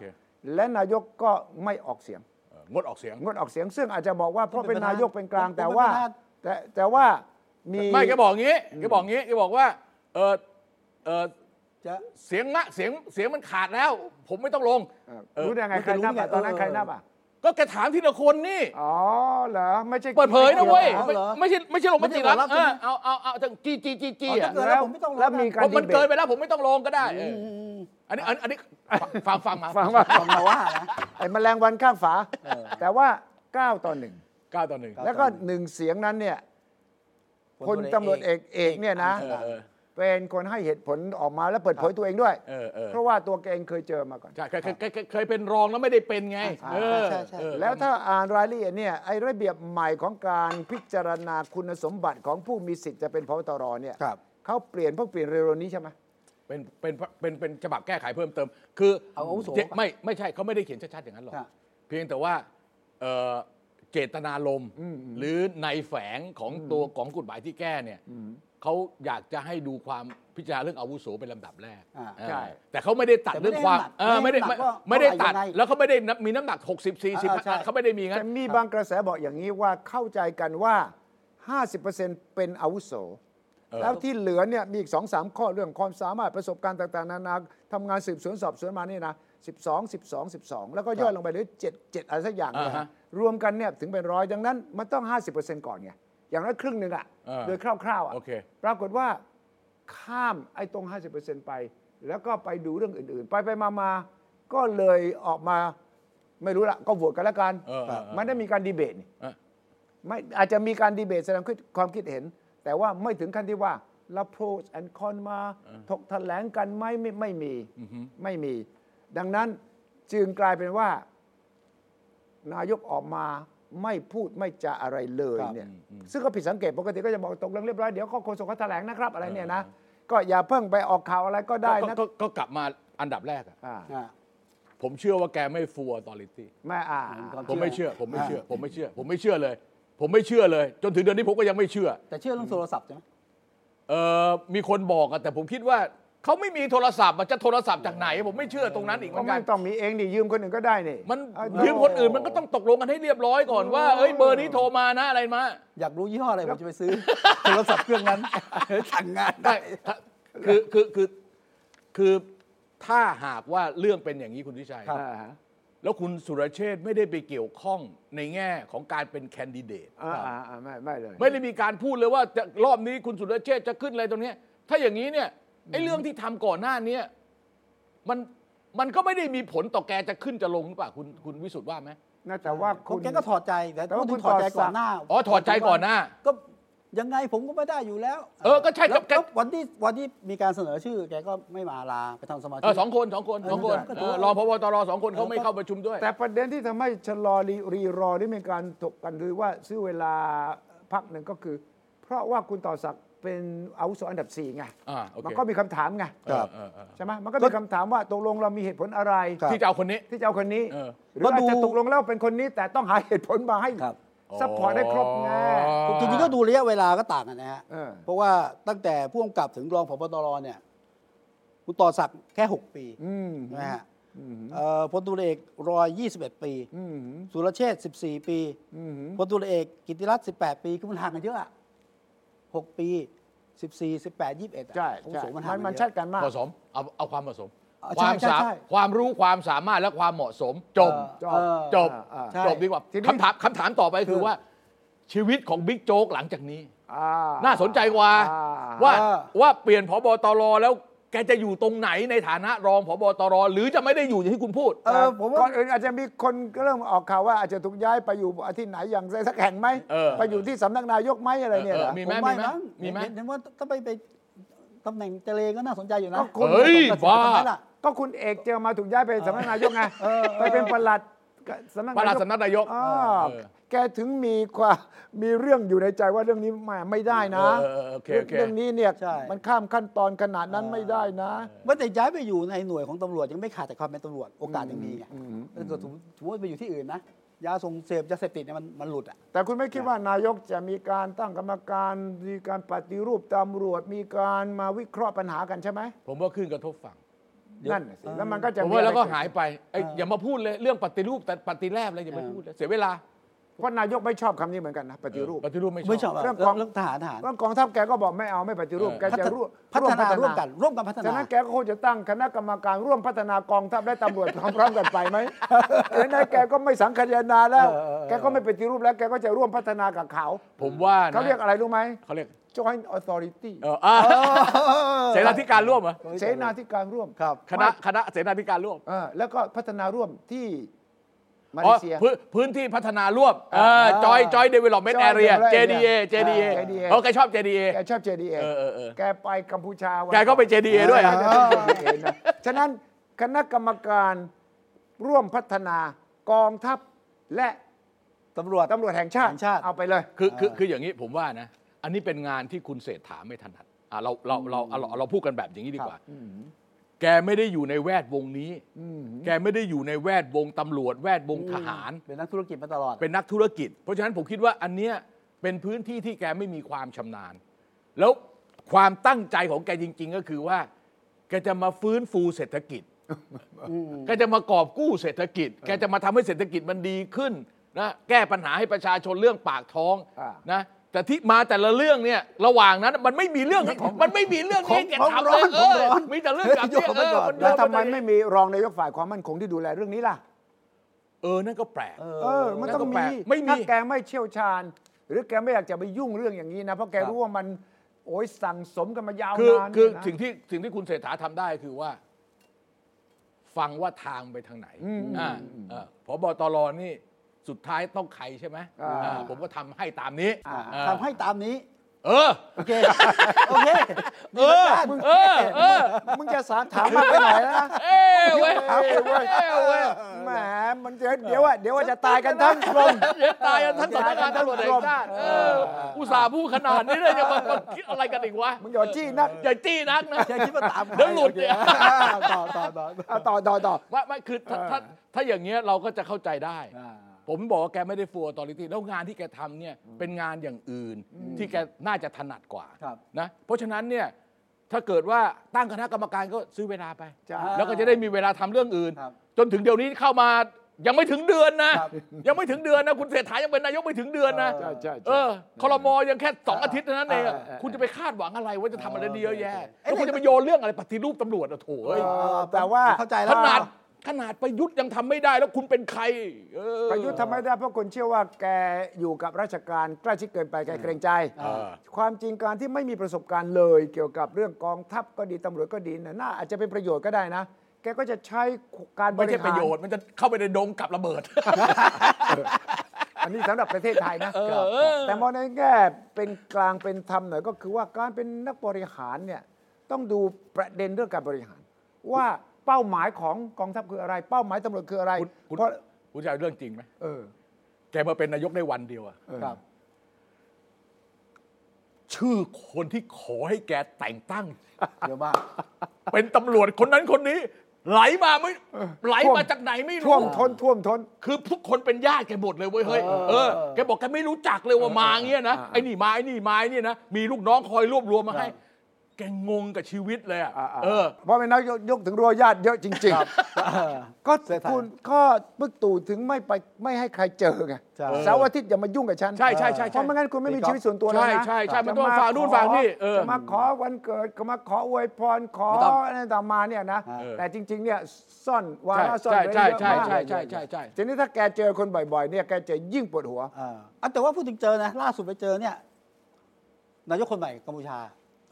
S2: และนายกก็ไม่ออกเสียง
S3: เอ่องดออกเสียง
S2: งดออกเสียงซึ่งอาจจะบอกว่าเพราะเป็นนายกเป็นกลาง
S1: เป็น
S2: แต่
S1: ประธาน
S2: ว่า
S1: เป็นประธาน
S2: แต่แต่ว่ามี
S3: ไม่แกบอกงี้แกบอกงี้แกบอกว่าเออเออ
S1: จะ
S3: เสียงมะเสียงเสียงมันขาดแล้ว ผมไม่ต้องลง
S2: เออ
S3: เออ
S2: รู้ได้ไงใครนับอ่ะตอนนั้นใครนับอ่ะ
S3: ก็แกถามทีละคนนี่
S2: อ๋อเหรอไม่ใช่
S3: เปิดเผยนะเว้ย
S1: เอา
S3: ไม่
S1: เหรอ
S3: ไม่ใช่ไม่ใช่ลงมติ
S1: ไม่ใช่ลง
S3: รับ
S1: รับ
S3: เอ
S1: ใช่ไห
S3: อ
S1: ม
S3: เอาเอาเอาจังจีจีจีจี
S1: อ๋อ
S3: อ่ะ
S1: ถ้าเกิด
S2: แล้ว
S1: ผมไม่ต้องรับ
S2: แล้วมีการ
S3: เพราะมัน
S2: ดีบต
S3: เกินไปแล้วผมไม่ต้องลงก็ได้เออออันนี้อันอันนี้ฟังฟังมา
S2: ฟังว่า
S1: ฟังมาว่านะ
S2: ไอ้แมลงวันข้ามฝา แต่ว่า 9 ต่อหนึ่ง
S3: เก้าต่อหนึ่ง
S1: ครับ
S2: แล้วก็หนึ่งเสียงนั้นเนี่ยพลตำรวจเอกเอกเนี่ยนะ
S3: เออเออ
S2: เป็นคนให้เหตุผลออกมาและเปิดเผยตัวเองด้วย
S3: เออเออ
S2: เพราะว่าตัวแกเองเคยเจอมาก่อน
S3: ใช่เคยเคยเคยเคยเคยเป็นรองแล้วไม่ได้เป็นไง
S1: อ่า
S3: เออ
S1: ใช่ใช่
S3: เออ
S2: แล้วถ้าอ่านรายละเอียดเนี่ยไอ้ระเบียบใหม่ของการพิจารณาคุณสมบัติของผู้มีสิทธิ์จะเป็นพบตรเนี่ย
S1: ครับ
S2: เขาเปลี่ยนเพิ่งเปลี่ยนเร็วๆนี้ใช่ไหม
S3: เป็นเป็นเป็นเป็นฉบับแก้ไขเพิ่มเติม คือ
S1: เอาอาวุโส
S3: จไม่ไม่ใช่เขาไม่ได้เขียนชัดๆอย่างนั้นหรอก
S1: ครับ
S3: เพียงแต่ว่าเอ่อเจตนารมณ์หรือในแฝงของตัวของกฎหมายที่แก้เนี่ยเขาอยากจะให้ดูความพิจารณาเรื่องอาวุโสเป็นลำดับแรก
S1: อ่า
S3: เออ
S2: ใช่
S3: แต่เขาไม่ได้ตัดเรื่องความเออ
S1: แต่ไม่
S3: ไม่
S1: ได้ห
S3: ได้
S1: นัก
S3: ไม่ได้ตัด
S1: ว่าเท่าไหร่ยังไง
S3: แล้วเขาไม่ได้นับมีน้ำหนัก 60 40
S1: อ่าใช่
S3: เขาไม่ได้มีงั้
S2: แต่
S3: น
S2: มีบางกระแสบอกอย่างนี้ว่าเข้าใจกันว่า 50%เป็นอาวุโส
S3: เออ
S2: แล้วที่เหลือเนี่ยมีอีกสองสามข้อเรื่องความสามารถประสบการณ์ต่างๆ นานาทำงานสืบสวนสอบสวนมานี่นะ 12 12 12 แล้วก็ย่อยลงไปเหลือ7 7อะไรสักอย่างเนี่ย
S3: อ่าฮะ
S2: รวมกันเนี่ยถึงเป็นร้อยดังนั้นมันต้อง 50%ก่อนไงอย่างน้อยครึ่งหนึ่งอะ
S3: เออ
S2: โดยคร่าวๆอะ
S3: โอเค
S2: ปรากฏว่าข้ามไอ้ตรง 50%ไป แล้วก็ไปดูเรื่องอื่นๆ ไปไปมามาๆก็เลยออกมาไม่รู้ละก็โหวตกันละกัน
S3: เออเออเออ
S2: มันได้มีการดีเบตนี่
S3: เออ
S2: ไม่อาจจะมีการดีเบตแสดงความคิดเห็น แต่ว่าไม่ถึงขั้นที่ว่าเราโพสแอนคอนมา ถกแถลงกันไหมไม่ไม่มีไม่มี ดังนั้นจึงกลายเป็นว่า นายกออกมาไม่พูดไม่จะอะไรเลย
S1: ครับ
S2: เนี่ยซึ่งก็ผิดสังเกตปกติก็จะบอกตกลงเรียบร้อยเดี๋ยวข้อโฆษกเขาแถลงนะครับอะไรเนี่ยนะก็อย่าเพิ่งไปออกข่าวอะไรก็ได้
S3: ก็
S2: นะ
S3: ก็ก็กลับมาอันดับแรกอะ
S2: อ่า
S1: อ่า
S3: ผมเชื่อว่าแกไม่ฟัวตอริตี้
S2: ไม่อ่า
S3: ผมไม่เชื่อ ผมไม่เชื่อ ผมไม่เชื่อ ผมไม่เชื่อเลย ผมไม่เชื่อเลย จนถึงเดือนนี้ผมก็ยังไม่เชื่อ
S1: แต่เชื่อเรื่องโทรศัพท์ใช่ไหม
S3: เออมีคนบอกอะแต่ผมคิดว่าเขาไม่มีโทรศัพท์อะจะโทรศัพท์จากไหน ผมไม่เชื่อตรงนั้นอีกเห
S2: ก็
S3: มือนกั
S2: ไม่
S3: น
S2: ต้องมีเองนี่ยืมคนอื่นก็ได้นี่
S3: มัน
S2: เอ้ย
S3: ยืมคนอื่นมันก็ต้องตกลงกันให้เรียบร้อยก่อนว่า เอ้ยเบอร์นี้โทรมานะอะไรมา
S1: อยากรู้ยี่ห้ออะไรผมจะไปซื้อ โทรศัพท์เครื่องนั้น สั่งงานได้
S3: ได้ถ้าคือคือคือคือถ้าหากว่าเรื่องเป็นอย่างนี้คุณวิชัย
S1: ครับ
S2: อ่าฮะ
S3: แล้วคุณสุรเชษฐ์ไม่ได้ไปเกี่ยวข้องในแง่ของการเป็นแคนดิเดต
S2: อ่าอ่าอ่าไม่ไม่เลย
S3: ไม่ได้มีการพูดเลยว่าจะรอบนี้คุณสุรเชษฐ์จะขึ้นอะไรตรงเนี้ยถ้าอย่างนี้เนี่ยไอ้เรื่องที่ทำก่อนหน้าเนี้ยมันมันก็ไม่ได้มีผลต่อแกจะขึ้นจะลงหรือเปล่าคุณคุณวิสุทธ์ว่าไหม
S2: นะแต่ว่า
S1: คุ
S2: คุณ ณ
S1: แกก็ถอดใจ แต่
S2: แต่ว่า
S1: พูดถึงถ
S2: คุณ
S1: อดใจ
S2: ต่อสัก
S1: ก่อนหน้า
S3: อ๋อถอดใจก่อนหน้า
S1: ก็ยังไงผมก็ไม่ได้อยู่แล้ว
S3: เออก็ใช่
S1: แล้ว
S3: ก็
S1: แล้ววันที่วันที่มีการเสนอชื่อ แกก็ไม่มาลาไปทำสมาธิ
S3: เออสองคนสองคนสองคน
S1: เออ
S3: เออรองพบตรสองคนเขาไม่
S1: เออก็
S3: เข้าประชุมด้วย
S2: แต่ประเด็นที่ทำให้ชะลอรีรีรอหรือมีการถกกันหรือว่าซื้อเวลาพักหนึ่งก็คือ เพราะว่าคุณต่อศักดิ์เป็นอาวุโสอันดับสี่ไง
S3: อ่าโอเค
S2: มันก็มีคำถามไง
S1: ครับ
S3: เออเออเออ
S2: ใช่ไหมมันก็มีคำถามว่าตกลงเรามีเหตุผลอะไร
S1: ครับ
S3: ที่จะเอาคนนี้
S2: ที่จะเอาคนนี้
S3: เออ
S2: หรืออาจ
S1: ก็
S2: จะ
S1: ดู
S2: ตกลงแล้วเป็นคนนี้แต่ต้องหาเหตุผลมาให้
S1: ครับ
S2: ซัพพอร์ตได้ครบไง
S1: จริงๆก็ดูระยะเวลาก็ต่างกันนะฮะ
S2: เออ
S1: เพราะว่าตั้งแต่ผู้กำกับถึงรองพบตรเนี่ย คุณต่อศักดิ์แค่ 6 ปี
S2: อืม
S1: นะฮะเอ่อพลตุเอกรอย21 ปี
S2: อืม
S1: สุรเชษฐ์14 ปี
S2: อืม
S1: พลตุเอกกิติรัตน์18 ปีคือมันห่างกันเยอะอะ6ปี 14 18 21อะอาวุ
S2: ใช่ใช่
S1: โสมันห่า
S2: มั
S1: งกัน
S2: นมัน
S1: เย
S2: ชัด
S1: อะ
S2: กันมาก
S3: เหมาะสมเอาเอาความเหมาะสม
S1: อ่าใช่
S3: ความ
S1: ใช่
S3: สา
S1: ใช่
S3: ความรู้ความสามารถและความเหมาะสมจบ
S1: เอ่อ
S3: จบ
S1: เอ่อ
S2: จบ
S1: ใช่
S3: จบดีกว่า
S2: ทีนี้
S3: คำถามคำถามต่อไปคือว่า ชีวิตของบิ๊กโจ๊กหลังจากนี้
S2: อ่
S3: น่าสนใจกว่า
S2: อ่
S3: ว่า
S1: อ่า
S3: ว่าเปลี่ยนพบตรแล้วแกจะอยู่ตรงไหนในฐานะรองพบตรหรือจะไม่ได้อยู่อย่างที่คุณพูด
S1: เออผมว่า
S2: ก่อนอื่นอาจจะมีคนเริ่มออกข่าวว่าอาจจะถูกย้ายไปอยู่ที่ไหนอย่างไรสักแห่งไหม
S3: เออ
S2: ไปอยู่ที่สำนักนายกไหมอะไรเนี่ยเหรอ
S3: เออมี
S1: ผ
S3: ไหม
S1: นะ
S3: มีไหม
S1: เห็นเห็นว่าถ้าไปไปตำแหน่งเจเลก็น่าสนใจอยู่นะ
S2: ก็คุณ
S3: เอ้ย
S1: ตัดสิน
S3: บ้า
S1: ทำไมล่ะ
S2: ก็คุณเอกเจอมาถูกย้ายไปสำนักนายกไง
S1: เออเออ
S2: ไปเป็นประหลัด ก็สำนัก
S3: ประหลัด
S2: นายก
S3: สำนักนายก
S2: อ่า
S3: เออ
S2: แกถึงมีความ มีเรื่องอยู่ในใจว่าเรื่องนี้แหม่ไม่ได้นะ
S3: เออเออเออโอเคโอเค
S2: องนี้เนี่ย
S1: ใช่
S2: มันข้ามขั้นตอนขนาดนั้นไม่ได้นะ
S1: เมื่อแต่ย้ายไปอยู่ในหน่วยของตำรวจยังไม่ขาดแต่ความเป็นตำรวจโอกาสยังมีไง
S2: อืม
S1: ถ้าเกิดถือว่าไปอยู่ที่อื่นนะยาส่งเสพยาเสพติดเนี่ยมันมันหลุดอ่ะ
S2: แต่คุณไม่คิดว่านายกจะมีการตั้งกรรมการมีการปฏิรูปตำรวจมีการมาวิเคราะห์ปัญหากันใช่ไหม
S3: ผมว่าขึ้นกระทบฝั่ง
S2: นั่นน่ะสิแล้วมันก็จะ
S3: ผม
S2: มี
S3: ว่าแล้วก็
S2: อะไร
S3: หายไปเอ้ยอย่ามาพูดเลยเรื่องปฏิรูปแต่ปฏิแลบอะไรอย่ามา
S1: เออ
S3: พูดเลยเสียเวลา
S2: เพราะนายกไม่ชอบคำนี้เหมือนกันนะปฏิรูป
S3: ปฏิรูปไม่
S1: ไม่ช
S3: ช
S1: อ
S3: อ
S1: บบ อะ
S2: เรื่อง
S1: เรื่
S2: ของ
S1: องทหารทหาร
S2: แล้วกองทัพแกก็บอกไม่เอาไม่ปฏิรูป
S3: เออ
S2: แกจะร่วม
S1: พัฒนาร่วมกัน ร่วมกันพัฒ
S2: ฉะ
S1: นา
S2: นั้นแกก็คงจะตั้งคณะกรรมการร่วมพัฒนากองทัพและตำรวจพร้อมๆกันไปไหมเห็นไหมแกก็ไม่สังคายนาแล้ว
S1: เออเออเออ
S2: แกก็ไม่ปฏิรูปแล้วแกก็จะร่วมพัฒนากับเขา
S3: ผมว่านะ
S2: เขาเรียกอะไรรู้ไหม
S3: เขาเรียก
S2: Joint Authority
S3: เอออ่ะเสนาธิการร่วมเหรอ
S2: เสนาธิการร่วม
S1: ครับ
S3: คณะคณะเสนาธิการร่วม
S2: เออแล้วก็พัฒนาร่วมที่มา
S3: อ๋
S2: เล
S3: อ
S2: เซีย
S3: พื้นพื้นที่พัฒนาร่วมเออจอยจอยเดเวล็อปเมนต์
S2: Joint
S3: แอเรีย
S2: Development
S3: JDA
S2: Area
S3: JDA
S2: เออ JDA
S3: เออแกชอบ JDA
S2: แกชอบ JDA
S3: เออเออเออ
S2: แกไปกัมพูชาวัน
S3: แกก็ไป JDA ด้วย
S2: เอ
S3: อ่ะ
S2: อแกไป JDA นะฉะนั้นคณะกรรมการร่วมพัฒนากองทัพและ
S1: ตำรวจ
S2: ตำรวจแห่งชาติ
S1: แห่งชาติ
S2: เอาไปเลย
S3: คือคือคืออย่างนี้ผมว่านะ อันนี้เป็นงานที่คุณเศรษฐาไม่ถนัดอ่ะเราเราเราเราเราพูดกันแบบอย่างนี้ดีกว่า แกไม่ได้อยู่ในแวดวงนี้ แกไม่ได้อยู่ในแวดวงตำรวจ แวดวงทหาร
S1: เป็นนักธุรกิจมาตลอด
S3: เป็นนักธุรกิจ เพราะฉะนั้นผมคิดว่าอันเนี้ยเป็นพื้นที่ที่แกไม่มีความชำนาญ แล้วความตั้งใจของแกจริง ๆ ก็คือว่า แกจะมาฟื้นฟูเศรษฐกิจ แกจะมากอบกู้เศรษฐกิจ แกจะมาทำให้เศรษฐกิจมันดีขึ้นนะแก้ปัญหาให้ประชาชนเรื่องปากท้อง
S2: อ่า
S3: นะแต่ที่มาแต่ละเรื่องเนี่ยระหว่างนั้นมันไม่มีเรื่องมันไม่มีเรื่อง
S1: ผม
S3: ให้แก
S1: ผม
S3: ทำเลย
S1: ร้อน
S3: เอ
S1: ผมร้อ
S3: อ
S1: น
S3: มีแต่เรื่องแบบ
S1: โย
S3: เนี้
S1: น
S3: ยเอ
S1: ไปก่
S3: อ
S1: อน
S3: มันโย
S2: แล้ว
S3: น
S2: ทำไม
S3: ป
S2: ไม่มีรองนายกฝ่ายความมั่นคงที่ดูแลเรื่องนี้ล่ะ
S3: เออนั่นก็แปลก
S2: เออ มันต้อง
S3: แปล
S2: มี
S3: กไม่มี
S2: ถ้าแกไม่เชี่ยวชาญ หรือแกไม่อยากจะไปยุ่งเรื่องอย่างนี้นะ เพราะแก
S1: ครับ
S2: รู้ว่ามันโอ้ยสั่งสมกันมายาว
S3: คือน
S2: าน
S3: คือ
S2: นะ
S3: สิ่งที่สิ่งที่คุณเศรษฐาทำได้คือว่า ฟังว่าทางไปทางไหนอ่าเออพบตรนี่สุดท้ายต้องใครใช่ไหม
S2: อ่า
S3: อ่าผมก็ทำให้ตามนี้
S1: อ่า
S3: เออ
S1: ทำให้ตามนี้
S3: เออ
S1: โอเค โอเค
S3: เออเออเออ
S2: มึงจะสารถามมากไปไหนนะ
S3: เอ้ยเว้ย
S2: เอาไปเว้ย
S3: เอ้ยเว้ย
S2: แหมมันเดี๋ยวเดี๋ยวอะเดี๋ยวอะจะตายกันทั้งกรม
S3: เดี๋ยวตายกันท่านสำนักงานตำรวจแห่งชาติเอออุตส่าห์พูดขนาดนี้เลยจะมามาคิดอะไรกันอีกวะ
S2: มึงอย่าจี้นัก
S3: อย่าจี้นักนะ
S1: แกคิดว่าตามใคร
S3: เดี๋ยวหลุดเนี่ย
S1: โอคต่อต่อต่อต่อ
S2: เอาต่อต่อต่อ
S3: ว่าไม่คือถ้าถ้าถ้าอย่างเงี้ยเราก็จะเข้าใจได้ ผมบอกว่าแกไม่ได้ฟัวตอริตี้แล้วงานที่แกทำเนี่ยเป็นงานอย่างอื่นที่แกน่าจะถนัดกว่า
S1: ครับ
S3: นะเพราะฉะนั้นเนี่ยถ้าเกิดว่าตั้งคณะกรรมการก็ซื้อเวลาไป
S2: จ้า
S3: แล้วก็จะได้มีเวลาทำเรื่องอื่น
S1: ครับ
S3: จนถึงเดี๋ยวนี้เข้ามายังไม่ถึงเดือนนะ
S1: ครับ
S3: ยังไม่ถึงเดือนนะ คุณเศรษฐายังเป็นนายกไม่ถึงเดือนนะ
S2: ใช่ใช่
S3: เอ
S2: ใช่
S3: อคอรมอยังแค่สองอาทิตย์เท่านั้นเองอะ
S2: เออเออ
S3: คุณจะไปคาดหวังอะไรว่าจะทำอะไรดีเยอะแยะ
S1: เออ
S3: แล้
S1: เอ
S3: ว
S1: อ
S3: คุณจะไปโยนเรื่องอะไรปฏิรูปตำรวจอะโถเอ้ย
S2: เออแต่ว่า
S1: เข้าใจ
S3: ข
S1: แล้ว
S3: นาดขนาดประยุทธ์ยังทำไม่ได้แล้วคุณเป็นใครเออ
S2: ประยุทธ์ทำไม่ได้เพราะคนเชื่อว่าแกอยู่กับราชการใกล้ชิดเกินไปแกเกรงใจ
S3: เออ
S2: ความจริงการที่ไม่มีประสบการณ์เลยเกี่ยวกับเรื่องกองทัพก็ดีตำรวจก็ดีนะน่าอาจจะเป็นประโยชน์ก็ได้นะ แกก็จะใช้การบ
S3: ไม่
S2: ริ
S3: ใช่
S2: หา
S3: ประ
S2: ร
S3: โยชน์มันจะเข้าไปในดงกับระเบิ ด
S2: อันนี้สำหรับประเทศไทยนะ
S3: เออ
S2: แต่มองในแง่เป็นกลางเป็นธรรมหน่อยก็คือว่าการเป็นนักบริหารเนี่ยต้องดูประเด็นเรื่องการบริหาร ว่าเป้าหมายของกองทัพคืออะไร เป้าหมายตำรวจคืออะไร
S3: คุณคุณ
S2: เพราะ
S3: คุณจะเอาเรื่องจริงไหม
S2: เออ
S3: แกมาเป็นนายกได้วันเดียวอะ
S2: เออ
S1: ครับ
S3: ชื่อคนที่ขอให้แกแต่งตั้ง
S1: เดี๋ยวมา
S3: เป็นตำรวจคนนั้นคนนี้ ไหลมาไม่ไหลมาจากไหนไม่
S2: ท่
S3: รู้
S2: วมท้นท่วมท้น
S3: คือทุกคนเป็นญาติแกหมดเลยเว้ยเฮ้ยเออแกบอกแกไม่รู้จักเลยว่ามาเงี้ยนะไอ้นี่มาไอ้นี่มาไอ้นี่นะมีลูกน้องคอยรวบรวมมาให้ แกงงกับชีวิตเลยอะเออ
S2: เพราะเป็นนักยกถึงรัวญาติเยอะจริง ๆ ก็คุณก็มึกตู่ถึงไม่ไปไม่ให้ใครเจอไง
S1: ใช่
S2: เสาร์อาทิตย์อย่ามายุ่งกับฉัน
S3: ใช่ใช่ใช่ใช่
S2: เพราะไม่งั้นคุณไม่มีชีวิตส่วนตัวแล้ว
S3: ใช่
S2: นะ
S3: ใช่ใช่มัน
S2: จะ
S3: ต้องฟังนู่นฟังนี่เออ
S2: จะมาขอวันเกิดก็มาขออวยพรขอ
S1: ไม่ต้อง
S2: อะไรต่างมาเนี่ยนะ
S3: เออ
S2: แต่จริง ๆ เนี่ยซ่อนวาระซ่อน
S3: ใช่
S2: เร้น
S3: ใช่
S2: เยอะ
S3: ใช่
S2: มาก
S3: ใช่ใช่ใช่ใช่
S2: ทีนี้ถ้าแกเจอคนบ่อยๆเนี่ยแกจะยิ่งปวดหัว
S1: อ่าอ่ะแต่ว่าพูดถึงเจอนะ ล่าสุดไปเจอเนี่ย นายกคนใหม่กัมพูชา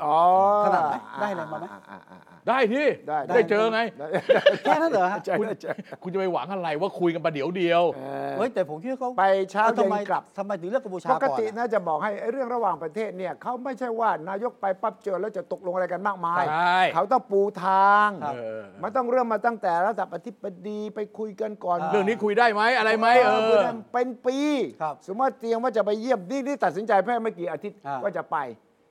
S2: อ๋อ
S1: ถนัดไหมได้อะไรมาไหม
S2: อ่อ่าอ่า
S3: ได้ที่
S2: ได้ได้
S3: ได้เจอไง
S2: ได้
S1: แค่นั้นเหรอฮะ
S2: ใช่
S3: คุณคุณจะไปหวังอะไรว่าคุยกันประเดี๋ยวเดียว
S2: เออ
S1: เฮ้ยแต่ผมคิดว่าเขา
S2: ไปเช้า
S1: ทำไม
S2: เย็นกลับ
S1: ทำไมถึงเลือกกัมพูชา
S2: ป
S1: ก่อน
S2: ก
S1: อะ
S2: ติน่าจะบอกให้ไอ้เรื่องระหว่างประเทศเนี่ยเขาไม่ใช่ว่านายกไปปั๊บเจอแล้วจะตกลงอะไรกันมากมาย
S3: ใช่
S2: เขาต้องปูทาง
S1: ครับ
S3: เออ
S2: มันต้องเริ่มมาตั้งแต่ระดับอธิบดีไปคุยกันก่อน
S3: เรื่องนี้คุยได้ไหมอะไรไหมเอ
S2: คุย
S3: อ
S2: กันเป็นปี
S1: ครับ
S2: สมมติว่าเตรียมว่าจะไปเยี่ยมนี่นี่ตัดสินใจแค่ไม่กี่อาทิตย์
S1: อ่า
S2: ว่าจะไป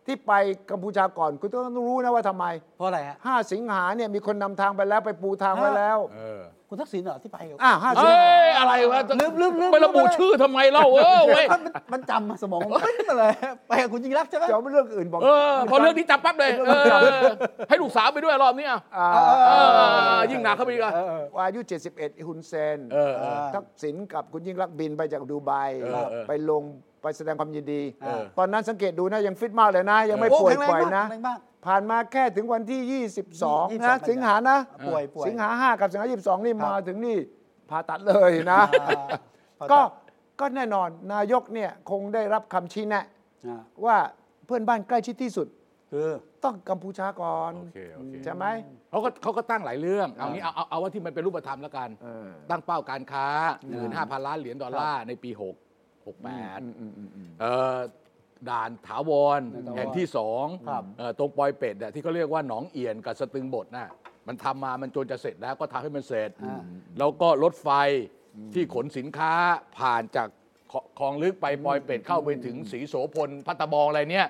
S2: ที่ไปกัมพูชาก่อนคุณต้องรู้นะว่าทำไม
S1: เพราะอะไรฮะ
S2: 5 สิงหาเนี่ยมีคนนำทางไปแล้วไปปูทางไว้แล้ว
S3: เออ
S1: คุณทักษิณเหรอที่ไปกับ
S2: อ่าห้าสิง
S3: เอ้
S2: หาย
S3: อะไรวะ
S1: ลืมลืมลืม
S3: ไประบุชื่อทำไมเล่าเออเว้ย
S1: มันมันจำมาสมองมันปิ๊งมาเลยไปกับคุณยิ่งรักษณ์ใช่ไหม
S2: จะเอาเรื่องอื่นบอก
S3: เออพอเรื่องนี้จับปั๊บเลยเออให้ลูกสาวไปด้วยรอบนี้อ่ะ
S2: อ่า
S1: เออ
S3: เออยิ่งหนักเข้าไปอีกอ่ะ
S2: ว่าอายุ 71 ฮุนเซน
S3: เออเออ
S2: ทักษิณกับคุณยิ่งรักษณ์บินไปจากดูไบ
S3: ครับเออ
S2: ไปลงไปแสดงความยินดี
S3: เออ
S2: ตอนนั้นสังเกตดูนะ ยังฟิตมากเลยนะ ยังไม่
S1: โอ้
S2: ป่วย
S1: แข็งแรง
S2: ปล่อย
S1: มาก
S2: นะ
S1: แข็งแรงมาก
S2: ผ่านมาแค่ถึงวันที่ 22 นะ
S1: 22
S2: สิงหานะ
S1: ป่วยป่วย
S2: สิงหาห้ากับสิงหา22 นี่
S1: ครับ
S2: มาถึงนี่ผ่าตัดเลยนะ
S1: อ่า
S2: ก็ก็แน่นอนนายกเนี่ยคงได้รับคำชี้แนะ
S1: อ่า
S2: ว่าเพื่อนบ้านใกล้ชิดที่สุด
S1: คือ
S2: ต้องกัมพูชาก่อน
S3: โอเคโอเค
S2: ใช่ไหม
S3: เขาก็เขาก็ตั้งหลายเรื่องเอางี้เอาเอาเอาว่าที่มันเป็นรูปธรรมแล้วกัน
S2: เออ
S3: ตั้งเป้าการค้าหมื่นห้าพันล้านเหรียญดอลลาร์ในปี 6 68เอ่อด่านถาวรแห่งที่สอง
S1: ครับ
S3: เอ่อตรงปอยเป็ดอะที่เขาเรียกว่าหนองเอียนกับสตึงบดน่ะมันทำมามันจนจะเสร็จแล้วก็ทำให้มันเสร็จ
S1: อ่า
S3: แล้วก็รถไฟที่ขนสินค้าผ่านจากคคลองลึกไปปอยเป็ดเข้าไปถึงสีโสพลพัตตบองอะไรเนี่ย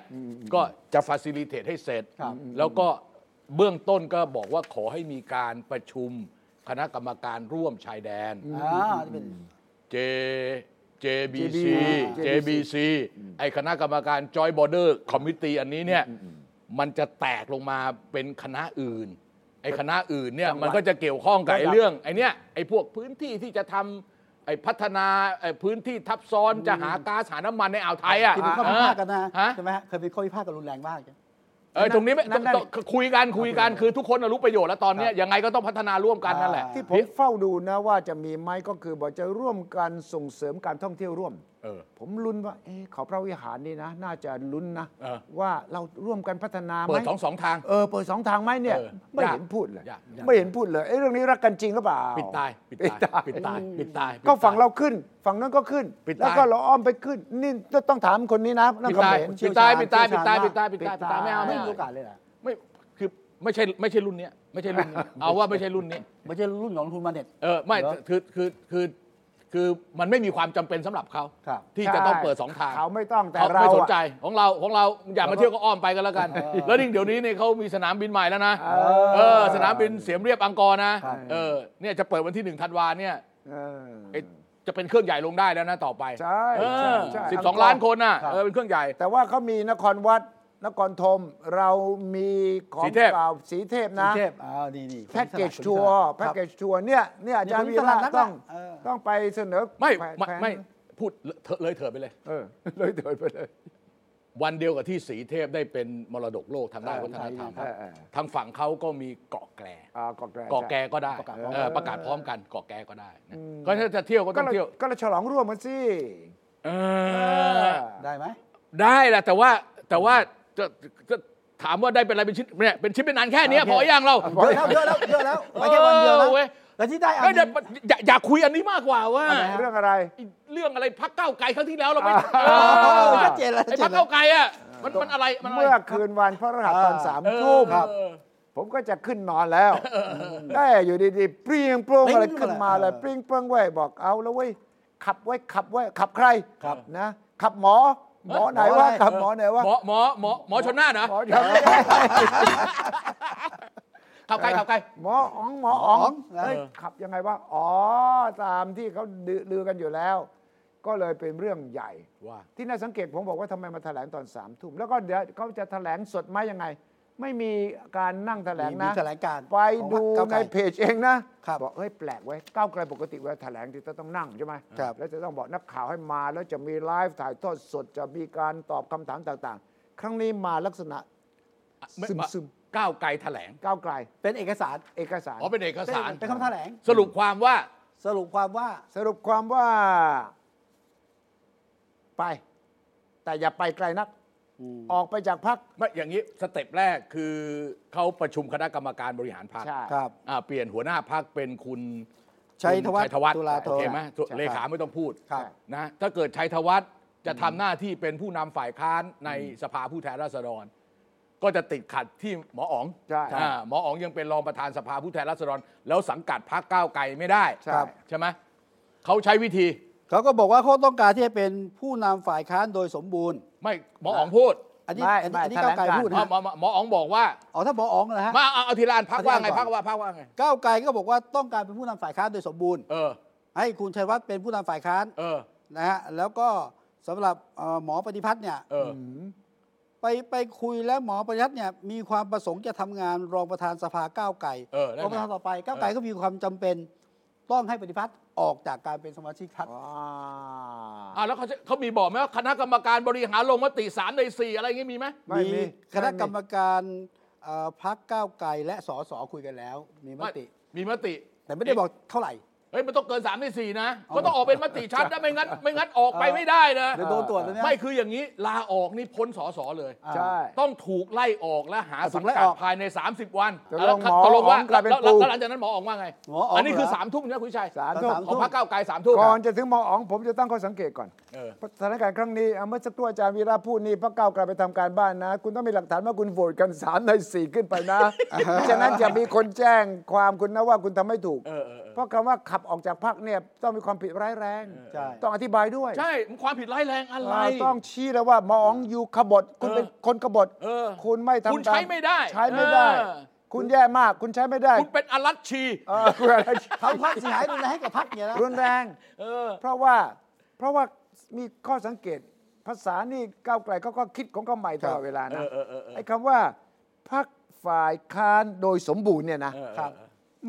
S3: ก็จะฟ a ซิลิเทตให้เสร็จ
S1: ครับ
S3: แล้วก็เบื้องต้นก็บอกว่าขอให้มีการประชุมคณะกรรมการร่วมชายแดน
S1: อ่าที่เป็น
S3: J JBC
S2: JBC
S3: JBC ไอคณะกรรมการ Joint Border Committee อันนี้เนี่ยมันจะแตกลงมาเป็นคณะอื่น ไอคณะอื่นเนี่ยมันก็จะเกี่ยวข้องกับไอ
S2: ระดับ
S3: เรื่องไอเนี้ยไอพวกพื้นที่ที่จะทำไอพัฒนาไอพื้นที่ทับซ้อนจะหาก๊าซหาน้ำมันในอ่าวไทยอ่ะ
S1: ที่เป็นข้อพิพาทกันนะ
S3: ฮะ
S1: ใช่ไหมฮะเคยเป็นข้อพิพาทกันรุนแรงมากใช่ไหม
S3: เออตรงนี้ไม่
S2: นั่นนั่น
S3: ต้องคุยกันคุยกันคือทุกคนน่ะรู้ประโยชน์แล้วตอนเนี้ยยังไงก็ต้องพัฒนาร่วมกันนั่นแหละ
S1: อ่า
S2: ที่ผมเฝ้าดูนะว่าจะมีไหมก็คือบอกจะร่วมกันส่งเสริมการท่องเที่ยวร่วม
S3: เออ
S2: ผมลุ้นว่าเอ๊ะเขาพระวิหารนี่นะ น่าจะลุ้นนะ
S3: เออ
S2: ว่าเราร่วมกันพัฒนาไหม
S3: เปิดสองสองทาง
S2: เออเปิดสองทางไหมเนี่ย
S3: เออ
S2: ไม่
S3: ยาก
S2: เห็นพูดเลย
S3: ยากยาก
S2: ไม่เห็นพูดเลยเอ้เรื่องนี้รักกันจริงหรือเปล่า
S3: ปิดตายปิด
S2: ปิดตา
S3: ตาย ยปิดตายปิดตาย
S2: ก็ฝั่งเราขึ้น ฝั่งนั้นก็ขึ้น
S3: ปิดตา
S2: แล้วก็เราอ้อมไปขึ้น นี่ต้องถามคนนี้นะนั่น
S3: ปิด
S2: ก็
S3: ตาย
S2: เห็น
S3: ปิดตายปิดตายปิดตายปิดตายปิดตายปิดตายไม่เอา
S1: ไม่
S3: ไม่เอา
S1: มีโอกาสเลยเหรอ
S3: ไม่คือไม่ใช่ไม่ใช่รุ่นเนี้ยไม่ใช่ รุ่นนี้เอาว่าไม่ใช่รุ่นนี้
S1: ไม่ใช่รุ่นของทุนมาเน็ต
S3: เออไม่
S1: เหรอ
S3: คือคือคือคือมันไม่มีความจำเป็นสำหรับเขา
S1: ครับ
S3: ที่จะต้องเปิดสองทาง
S2: เขาไม่ต้องแต่
S3: เขา
S2: เรา
S3: ไม่สน
S2: อะ
S3: ใจของเราของเราอยากมาเที่ยวก็อ้อมไปกันแล้วกัน แล้วนี่เดี๋ยวนี้เนี่ยเขามีสนามบินใหม่แล้วนะ
S2: อ
S3: เออสนามบินเสียมเรียบอังกอร์นะเออเนี่ยจะเปิดวันที่หนึ่งธันวาเนี่ย
S2: เออ
S3: ไอ้จะเป็นเครื่องใหญ่ลงได้แล้วนะต่อไป
S2: ใช่
S3: เอ
S2: ใช่
S3: อ
S2: ใช่
S3: สิบสองล้านคนน่ะเออเป็นเครื่องใหญ่
S2: แต่ว่าเขามีนครวัดนครธมเรามีขอ
S3: สี
S2: ง
S3: เทพ
S2: เก่าสีเทพ
S1: กรุ
S2: นะ
S1: งเทพอ่าดีดี
S2: แพ็กเกจ
S1: คนที่ส
S2: ทัว
S1: ลั
S2: ร์
S1: บ
S2: แพ็กเก
S1: ค
S2: จทัวร์เนี่ยเนี่ยอาจารย์
S1: นี่
S2: วี
S1: คุณสลั
S2: ระ
S1: ดนัก
S2: ต้อง
S1: อะเออ
S2: ต้องไปเสนอ
S3: ไม่
S2: แผน
S3: ไม่ไม่พูดเลอะเลยเถิดไปเลย
S2: เออเลยเถิดไปเลย
S3: วันเดียวกับที่สีเทพได้เป็นมรดกโลกทางด้านวัฒนธรรม
S2: เออเออ
S3: ทางฝั่งเขาก็มีเกาะแกล
S2: อ่ากอกแกร
S3: เกาะแกก็ได้
S1: ประกาศพร้อม
S3: เออประกาศพร้อมกันเกาะแกก็ได้นะก็ถ้าจะเที่ยวก็
S2: ก็
S3: ต้อง
S2: เรา
S3: เที่ยว
S2: ก็เราฉลองร่วมกันสิ
S3: เอ
S2: เอ
S3: อ
S2: อ
S1: รับได้ไหม
S3: ได้แหละแต่ว่าแต่ว่าจะจะถามว่าได้เป็นอะไรเป็นชิ้นเนี่ยเป็นชิ้นเป็นอันแค่เนี้ย
S1: โอเค
S3: พออย่างเรา
S1: เยอะแล้วเยอะแล้วเยอะแล้วไม่แค่วันเดียว
S3: เออเว้
S1: นะ
S3: ย
S1: แล้วที่ได้อัน
S3: เอ้ย
S1: ห
S3: เดี๋ย
S1: นึ่
S3: ว
S1: ง
S3: อยากอยากคุยอันนี้มากกว่าว่า
S1: อะไรฮะ
S2: เรื่องอะไร
S3: เรื่องอะไรพักเก้าวไกลครั้งที่แล้วเราไม่
S1: อ่า
S3: เออ
S1: ชัดเจนแล้วชัด
S3: ไอ้
S1: เจนแล้ว
S3: พักเก้าวไกลอ่ะมันมันอะไรมันอะไร
S2: เมื่อคืนวันพระรหัสตอน
S1: อ่า
S2: สาม
S3: เออ
S2: ทุ่ม
S3: เออ
S2: ผมก็จะขึ้นนอนแล้วได้อยู่ดีๆเปรียงโปรงอะไรขึ้นมาเลย
S1: เออ
S2: เปรียงโปรงไว้ยบอกเอาแล้วเว้ยขับไว้ยขับไว้ยขับใคร
S1: ครับ
S2: นะ ขับหมอหมอไหน
S1: หมอ
S2: วะ
S1: อะไร
S2: ขับหมอไหนวะ
S3: หมอหมอหมอหมอชนหน้านะ
S2: หมอยังไม่ได้
S3: ขับไกลขับไกล
S2: หมออ๋องหมออ๋อ
S1: หมออ๋อง ง
S2: เอ้ย
S3: เออ
S2: ขับยังไงวะอ๋อตามที่เขาดืลือกันอยู่แล้ว ก็เลยเป็นเรื่องใหญ่
S3: ว่า
S2: ที่น่าสังเกตผมบอกว่าทำไมมาแถลงตอนสามทุ่มแล้วก็เดี๋ยวเขาจะแถลงสดไหมยังไง ไม่มีการนั่งแถลง
S1: มี
S2: นะ
S1: แถลงการ
S2: ไปดู
S1: ของพรรคก้าวไก
S2: ใน
S1: ล
S2: เพจเองนะครับ บอกเฮ้ยแปลกไว้ยก้าวไกลปกติเวลาแถลงที่จะต้องนั่งใช่ไหม
S1: ครับ
S2: แล้วจะต้องบอกนักข่าวให้มาแล้วจะมีไลฟ์ถ่ายทอดสดจะมีการตอบคำถามต่างๆ ครั้งนี้มาลักษณะ
S3: ไม่
S2: ซึม
S3: ก้าวไกลแถลง
S2: ก้าวไกล
S1: เป็นเอกสาร
S2: เอกสาร
S3: อ๋อเป็นเอกสาร
S1: เป็นคำแถลง
S3: สรุปความว่า
S1: สรุปความว่า
S2: สรุปความว่า ไป แต่อย่าไปไกลนัก ออกไปจากพัก
S3: ไม่อย่างนี้สเต็ปแรกคือเขาประชุมคณะกรรมการบริหารพรรค
S2: ใช่
S1: ครับ
S3: อ่าเปลี่ยนหัวหน้าพรรคเป็นคุณ
S1: ชัยธวัฒน์
S3: คุณชัยธวัฒน์
S1: ตุลาธร
S3: โอเคไหม
S1: ใช่
S3: เลขาไม่ต้องพูด
S1: ครับ
S3: นะถ้าเกิดชัยธวัฒน์จะทำหน้าที่เป็นผู้นำฝ่ายค้านในสภาผู้แทนราษฎร ก็จะติดขัดที่หมออ๋อง
S2: ใช่
S3: อ่าหมออ๋องยังเป็นรองประธานสภาผู้แทนราษฎร แล้วสังกัดพรรคก้าวไกลไม่ได้
S2: ใช่
S3: ใช่ไหมเขาใช้วิธี
S1: เขาก็บอกว่าเขาต้องการที่จะเป็นผู้นำฝ่ายค้านโดยสมบูรณ์
S3: ไม่หมออ๋องพูด
S1: อันนี้
S2: ไม่
S1: อันนี้
S2: ไม่
S1: อันนี้ก้าวไกล
S2: แถลงการ
S1: พูดนะ
S3: อ่า
S1: ฮะ
S3: หมอหมอหมออ๋องบอกว่า
S1: อ๋อถ้าบอกอ๋องนะฮะ
S3: มาเอาเอาทีละอันพักว่าไง
S1: เอาทีละอันก่อน
S3: พักว่าพักว่าไง
S1: ก้าวไกลก็บอกว่าต้องการเป็นผู้นำฝ่ายค้านโดยสมบูรณ์
S3: เออ
S1: ให้คุณชัยวัฒน์เป็นผู้นำฝ่ายค้าน
S3: เออ
S1: นะฮะแล้วก็สำหรับเอ่อหมอปฏิพัฒน์เนี่ย
S3: เออ
S1: ไปไปคุยแล้วหมอปฏิพัฒน์เนี่ยมีความประสงค์จะทำงานรองประธานสภาก้าวไกล
S3: เออแล้
S1: รอ
S3: วไง
S1: งประธานต่อไปก้าวไกลก็มีความจำเป็น ต้องให้ปฏิพัฒน์ออกจากการเป็นสมาชิกพรรค
S2: ว้า
S3: อ่าแล้วเขาจะเขามีบอกไหมว่าคณะกรรมการบริหารลงมติสามในสี่อะไรอย่างงี้มีไหม
S2: ไม่มี
S1: คณะกรรมการเอ่อพักก้าวไกลและสสคุยกันแล้ว มีมติ
S3: มีมติ
S1: แต่ไม่ได้บอกเท่าไหร่
S3: เฮ้ยมันต้องเกินสามในสี่นะก็ต้องออกเป็นมติชัดนะไม่งั้นไม่งั้นออกไป
S1: เออ
S3: ไม่ได้นะ
S1: เดี๋ยวโดนตรวจแล้วเนี่ย
S3: ไม่คืออย่างนี้ลาออกนี่พ้นสอสอเลย
S1: อ่า
S2: ใช่
S3: ต้องถูกไล่ออกและหา
S1: ถู
S3: สัง
S1: กไล่
S3: กั
S1: อ
S3: ด
S1: อก
S3: ภายใน 30 วัน
S2: ตกลง
S3: แล้ว
S2: หมอ
S3: ตกลงว่า
S2: อ๋องกลายเป็น
S3: แล้ว
S2: ปู
S3: แล้วหลังจากนั้นหมอออกว่าไง
S1: หมออ๋อง
S3: นนี้คือ
S1: เหรอ
S3: สามทุ่มนะคุณชัย
S2: สาร
S1: ตอน
S2: ทุก
S1: สาม
S3: ของพรรคก้าวไกลสามทุ่ม
S2: ก่อนจะถึงหมออ๋องผมจะตั้งข้อสังเกตก่อน
S3: เออ
S2: สถานการณ์ครั้งนี้อ่ะเมื่อสักครู่อาจารย์วีระพูดนี่พระเก้าวไกลไปทำการบ้านนะ คุณต้องมีหลักฐานว่าคุณโหวตกัน3ใน4ขึ้นไปนะฉะนั้นจะมีคนแจ้งความคุณนะว่าคุณทำไม่ถูก
S3: เออเออเออ
S2: เพราะคำว่าขับออกจากพักเนี่ยต้องมีความผิดร้ายแรง
S1: ใช่
S2: ต้องอธิบายด้วย
S3: ใช่มันความผิดร้ายแรงอะไร
S2: เราต้องชี้แล้วว่าหมออ๋องอยู่ขบฏคุณเป็นคนขบฏ
S3: เออ
S2: คุณไม่ทำตา
S3: คุณใช้ไม่ได้
S2: ใช้ไม่ได้
S3: เออ
S2: คุณแย่มากคุณใช้ไม่ได้
S3: คุณเป็นอรัชชี
S2: เออคุณอะไร
S1: ทำพักเสียหายรุนแรงให้กับพักเนี่ยนะ
S2: รุนแรง
S3: เออ
S2: เพราะว่าเพราะว่ามีข้อสังเกต ภาษานี่ก้าวไกลเขาก็คิดของเขาใหม่ตลอดเวลานะ
S3: เออเออเออเออ
S2: ไอ้คำว่าพักฝ่ายค้านโดยสมบูรณ์เนี่ยนะ
S3: เออ
S1: ครับ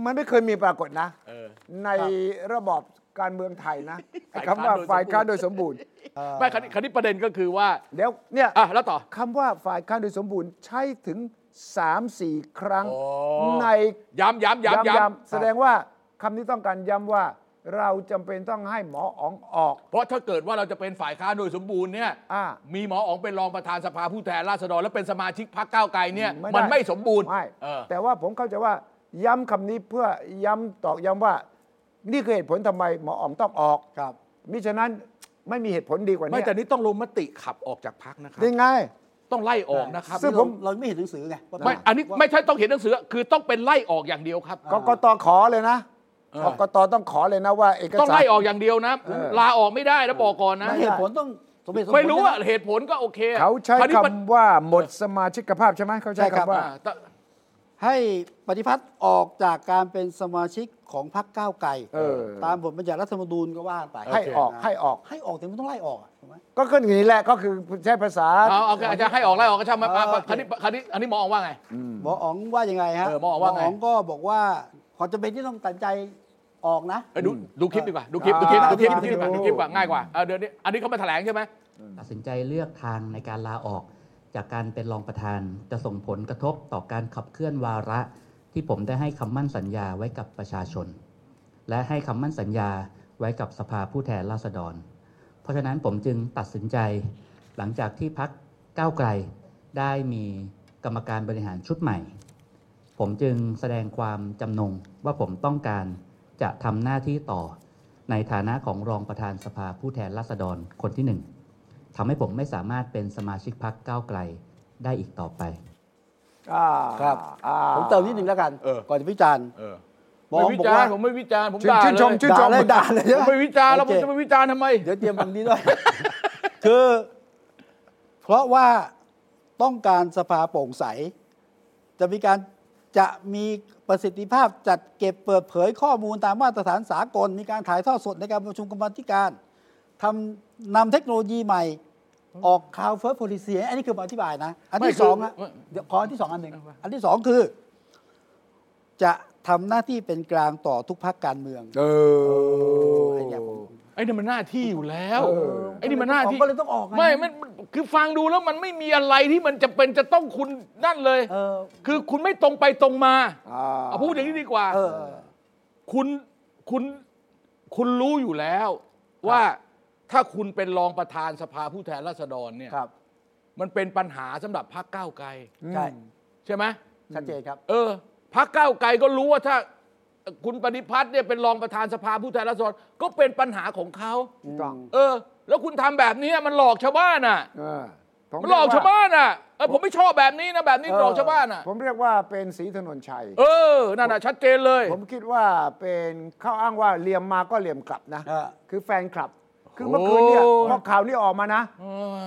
S2: มันไม่เคยมีปรากฏนะ
S3: เออ
S2: ในระบอบการเมืองไทยนะไอ้
S3: ฝ่าย
S2: คำ
S3: ค้า
S2: ว่าน
S3: โดยสมบูรณ์
S2: ฝ่ายค้านโดยสมบูรณ์
S3: ไม่คราวนี้คราวนี้ประเด็นก็คือว่า
S2: เดี๋ยวเนี่ย
S3: อ่ะ แล้วต่อ
S2: คำว่าฝ่ายค้านโดยสมบูรณ์ใช้ถึง 3-4 ครั้ง
S3: โอ้
S2: ใน
S3: ย้ำย้ำย้ำ
S2: ย้
S3: ย้ำ
S2: ำๆแสดงว่าคำนี้ต้องการย้ำว่าเราจำเป็นต้องให้หมออ๋องออก
S3: เพราะถ้าเกิดว่าเราจะเป็นฝ่ายค้านโดยสมบูรณ์เนี่ย
S2: อ่า
S3: มีหมออ๋องเป็นรองประธานสภาผู้แทนราษฎรและเป็นสมาชิกพรรคก้าวไกลเนี่ย
S2: ไม่ได้
S3: มันไม่สมบูรณ์
S2: ไม่
S3: เออ
S2: แต่ว่าผมเข้าใจว่าย้ำคำนี้เพื่อย้ำตอกย้ำว่า นี่คือเหตุผลทำไมหมออ๋องต้องออก
S1: ครับ
S2: มิฉะนั้นไม่มีเหตุผลดีกว่า
S3: ไม่
S2: นี้
S3: แต่นี่ต้องลงมติขับออกจากพรรคนะครับ
S2: นี่ไง
S3: ต้องไล่ออกนะครับ
S2: ซึ่ง
S1: เราเราไม่เห็นหนังสือไงว่าเป็
S3: ไม่ อันนี้ไม่ใช่ต้องเขียนหนังสือ คือต้องเป็นไล่ออกอย่างเดียวครับ
S2: กกตขอเลยนะกกตต้องขอเลยนะว่าเอก
S3: ต้อง
S2: สาร
S3: ไล่ออกอย่างเดียวนะ
S2: เออ
S3: ลาออกไม่ได้นะบอกก่อนนะ
S1: ไม่เหตุผลต้องสมเหตุสมผล
S3: ไม่รู้
S1: ใช่
S3: อะ
S1: ห
S3: เหตุผลก็โอเคอะ
S2: เขาใช้
S3: รวนี้
S2: คำ
S3: มัน
S2: ว่าหมดสมาชิกภาพใช่ไหมเขาใช้
S1: ใช่ครับ
S2: คำว่า
S3: อ่าแต่
S1: ให้ปฏิพัฒน์ออกจากการเป็นสมาชิกของพรรคก้าวไกล
S2: เออ
S1: ตามบทบัญญัติรัฐธรรมนูญก็ว่าไป
S2: ให้ออกให้ออก
S1: ให้ออกแต่ไม่ต้องไล่ออกอะถูกไหม
S2: ก็ขึ้นอย่างนี้แหละก็คือใช้ภาษา
S3: เอาเอาอาจจะให้ออกไล่ออกก็ช่างมา
S1: เออโอเค
S3: คันนี้คันนี้อันนี้มองว่าไง
S1: หมออ๋องว่ายังไงฮะ
S3: เออหมออ๋องว่าไง
S1: องก็บอกว่าขอจะเป็นที่ต้องตัดใจออกนะ
S3: เอ้ยดูดูคลิปดีกว่าดูคลิปดูคลิป
S2: อ่า
S3: ดูคลิป
S2: ดูค
S3: ดูค
S2: ลิ
S3: ลิ
S2: ป
S3: ปดูคลิปกว่าง่ายกว่าเอาเดี๋ยวนี้อันนี้เขามาแถลงใช่ไหม
S5: ตัดสินใจเลือกทางในการลาออก จากการเป็นรองประธานจะส่งผลกระทบต่อการขับเคลื่อนวาระ ที่ผมได้ให้คำมั่นสัญญาไว้กับประชาชน และให้คำมั่นสัญญาไว้กับสภาผู้แทนราษฎร เพราะฉะนั้นผมจึงตัดสินใจ หลังจากที่พักก้าวไกล ได้มีกรรมการบริหารชุดใหม่ ผมจึงแสดงความจำนงว่าผมต้องการจะทำหน้าที่ต่อ ในฐานะของรองประธานสภาผู้แทนราษฎรคนที่หนึ่ง ทำให้ผมไม่สามารถเป็นสมาชิกพรรคก้าวไกลได้อีกต่อไป
S2: อ่า
S1: ครับ
S2: อ่า
S1: ผมเติมนิดนึงแล้วกัน ก่อนจะวิจารณ์
S3: เออ
S1: หมออ๋อง
S3: ไม่
S1: บ
S3: วิ
S1: อก
S3: จา
S1: ว่า
S3: รณ์ผมไม่วิจารณ์ผม
S2: ชื่น
S3: ด่า
S2: ชื่นชม
S3: เลย
S2: ชื่นชม
S1: ด่าเลยด่าเลยใช่
S3: ผม
S1: ห
S3: ไม่วิจารณ์แล้วผม
S1: โอเค
S3: จะไม่วิจารณ์ทำไม
S1: เดี๋ยวเตรียมบังนี้ด้วย คือ เพราะว่าต้องการสภาโปร่งใส จะมีการจะมีประสิทธิภาพจัดเก็บเปิดเผยข้อมูลตามมาตรฐานสากล มีการถ่ายทอดสดในการประชุมกรรมาธิการทำนำเทคโนโลยีใหม่ ออกข่าวเฟิร์สโพลิซีอันนี้คือคำอธิบายนะ อัน
S3: ไม่
S1: ที่
S3: คือ
S1: สองอะ
S3: ไม่
S1: เดี๋ยวขออันที่สองอันหนึ่งอันที่สองคือ จะทำหน้าที่เป็นกลางต่อทุกพักการเมือง
S2: เออ
S1: ไอ้เนี่ยผม
S3: ไอ้นี่มันหน้าที่อยู่แล้ว
S2: เออ
S3: ไอ้นี่มันหน้าที่
S1: ผมก็เลยต้องออกไง
S3: ไม่ไม่คือฟังดูแล้วมันไม่มีอะไรที่มันจะเป็นจะต้องคุณนั่นเลย
S1: เออ
S3: คือคุณไม่ตรงไปตรงมา
S2: อ่า
S3: เอาพูดอย่างนี้ดีกว่า
S1: เออ
S3: คุณคุณคุณรู้อยู่แล้วว่าถ้าคุณเป็นรองประธานสภาผู้แทนราษฎรเนี่ย
S1: ครับ
S3: มันเป็นปัญหาสำหรับพรรคก้าวไกล
S1: ใช่
S3: ใช่ไหม
S1: ชัดเจนครับ
S3: เออพักเก้าวไกลก็รู้ว่าถ้าคุณปฏิพัฒน์เนี่ยเป็นรองประธานสภาผู้แทนราษฎรก็เป็นปัญหาของเขา
S2: ถูกต้อง
S3: เออ แล้วคุณทำแบบนี้มันหลอกชาวบ้านอ่ะ
S2: เออผม
S3: มันหลอกชาวบ้านอ่ะเออผมไม่ชอบแบบนี้นะแบบนี้หลอกชาวบ้านอ่ะ
S2: ผมเรียกว่าเป็นสีถนนชัย
S3: เออนั่นน่ะชัดเจนเลย
S2: ผมคิดว่าเป็นเข้าอ้างว่าเหลี่ยมมาก็เหลี่ยมกลับนะ
S1: เออ
S2: คือแฟนคลับ คือเมื่อคืนเนี่ย
S3: โอ้
S2: พอข่าวนี้ออกมานะ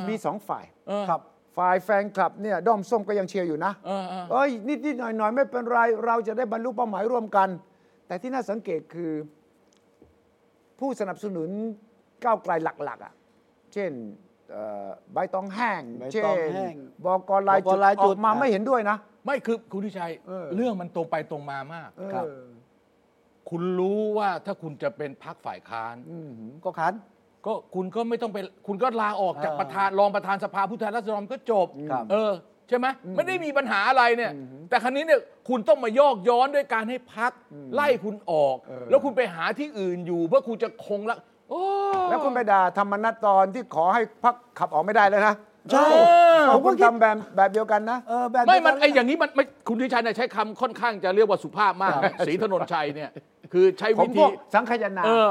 S2: มีสองฝ่าย
S3: เออ
S1: ครับ
S2: ฝ่ายแฟนคลับเนี่ยด้อมส้มก็ยังเชียร์อยู่นะ
S3: เออเออ
S2: เอ้ยนิดนิดๆหน่อยหน่อยๆ ไม่เป็นไร เราจะได้บรรลุเป้าหมายร่วมกัน แต่ที่น่าสังเกตคือ ผู้สนับสนุนก้าวไกลหลัก ๆ อ่ะ เช่นเอ่อใบตองแห้ง
S1: ใบ
S2: เช่
S1: ตอง
S2: น
S1: แห้ง
S2: บอกรลายจุด
S1: บกลาย
S2: อ
S1: จุ
S2: อ
S1: ด
S2: กมา
S1: อ่ะ
S2: ไม่เห็นด้วยนะ
S3: ไม่คือคุณทิชัย
S2: เออ
S3: เรื่องมันตรงไปตรงมามาก
S1: ครับ
S2: เออ
S3: คุณรู้ว่าถ้าคุณจะเป็นพักฝ่ายค้าน
S2: อืม
S1: ก็คัน
S3: ก็คุณก็ไม่ต้องเป็นคุณก็ลาออกจาก
S1: เออ
S3: ประธานรองประธานสภาผู้แทนราษฎรก็จบ
S1: ครับ
S3: เออ ใช่ไหมไม่ได้มีปัญหาอะไรเนี่ย แต่ครั้นี้เนี่ยคุณต้องมายอกย้อนด้วยการให้พักไล่คุณออก แล้วคุณไปหาที่อื่นอยู่เพื่อคุณจะคงละโอ้
S2: แล้วคุณไปด่าธรรมนัตตอนที่ขอให้พักขับออกไม่ได้เลยนะ
S1: ใช่
S2: เออ
S1: ผมก็
S2: คุณ
S1: คิด
S2: ทำแบบแบบเดียวกันนะ
S1: เออแบบ
S3: ไม่มัน
S1: เดียวกั
S3: ไอ้อย่างนี้มันไม่คุณทิชัยเนี่ยใช้คำค่อนข้างจะเรียกว่าสุภาพมากนะศรีถนนชัยเนี่ย คือใช้
S2: ขอ
S3: วิ
S2: งพ
S3: ธี
S2: วกสังขยานา
S3: เออ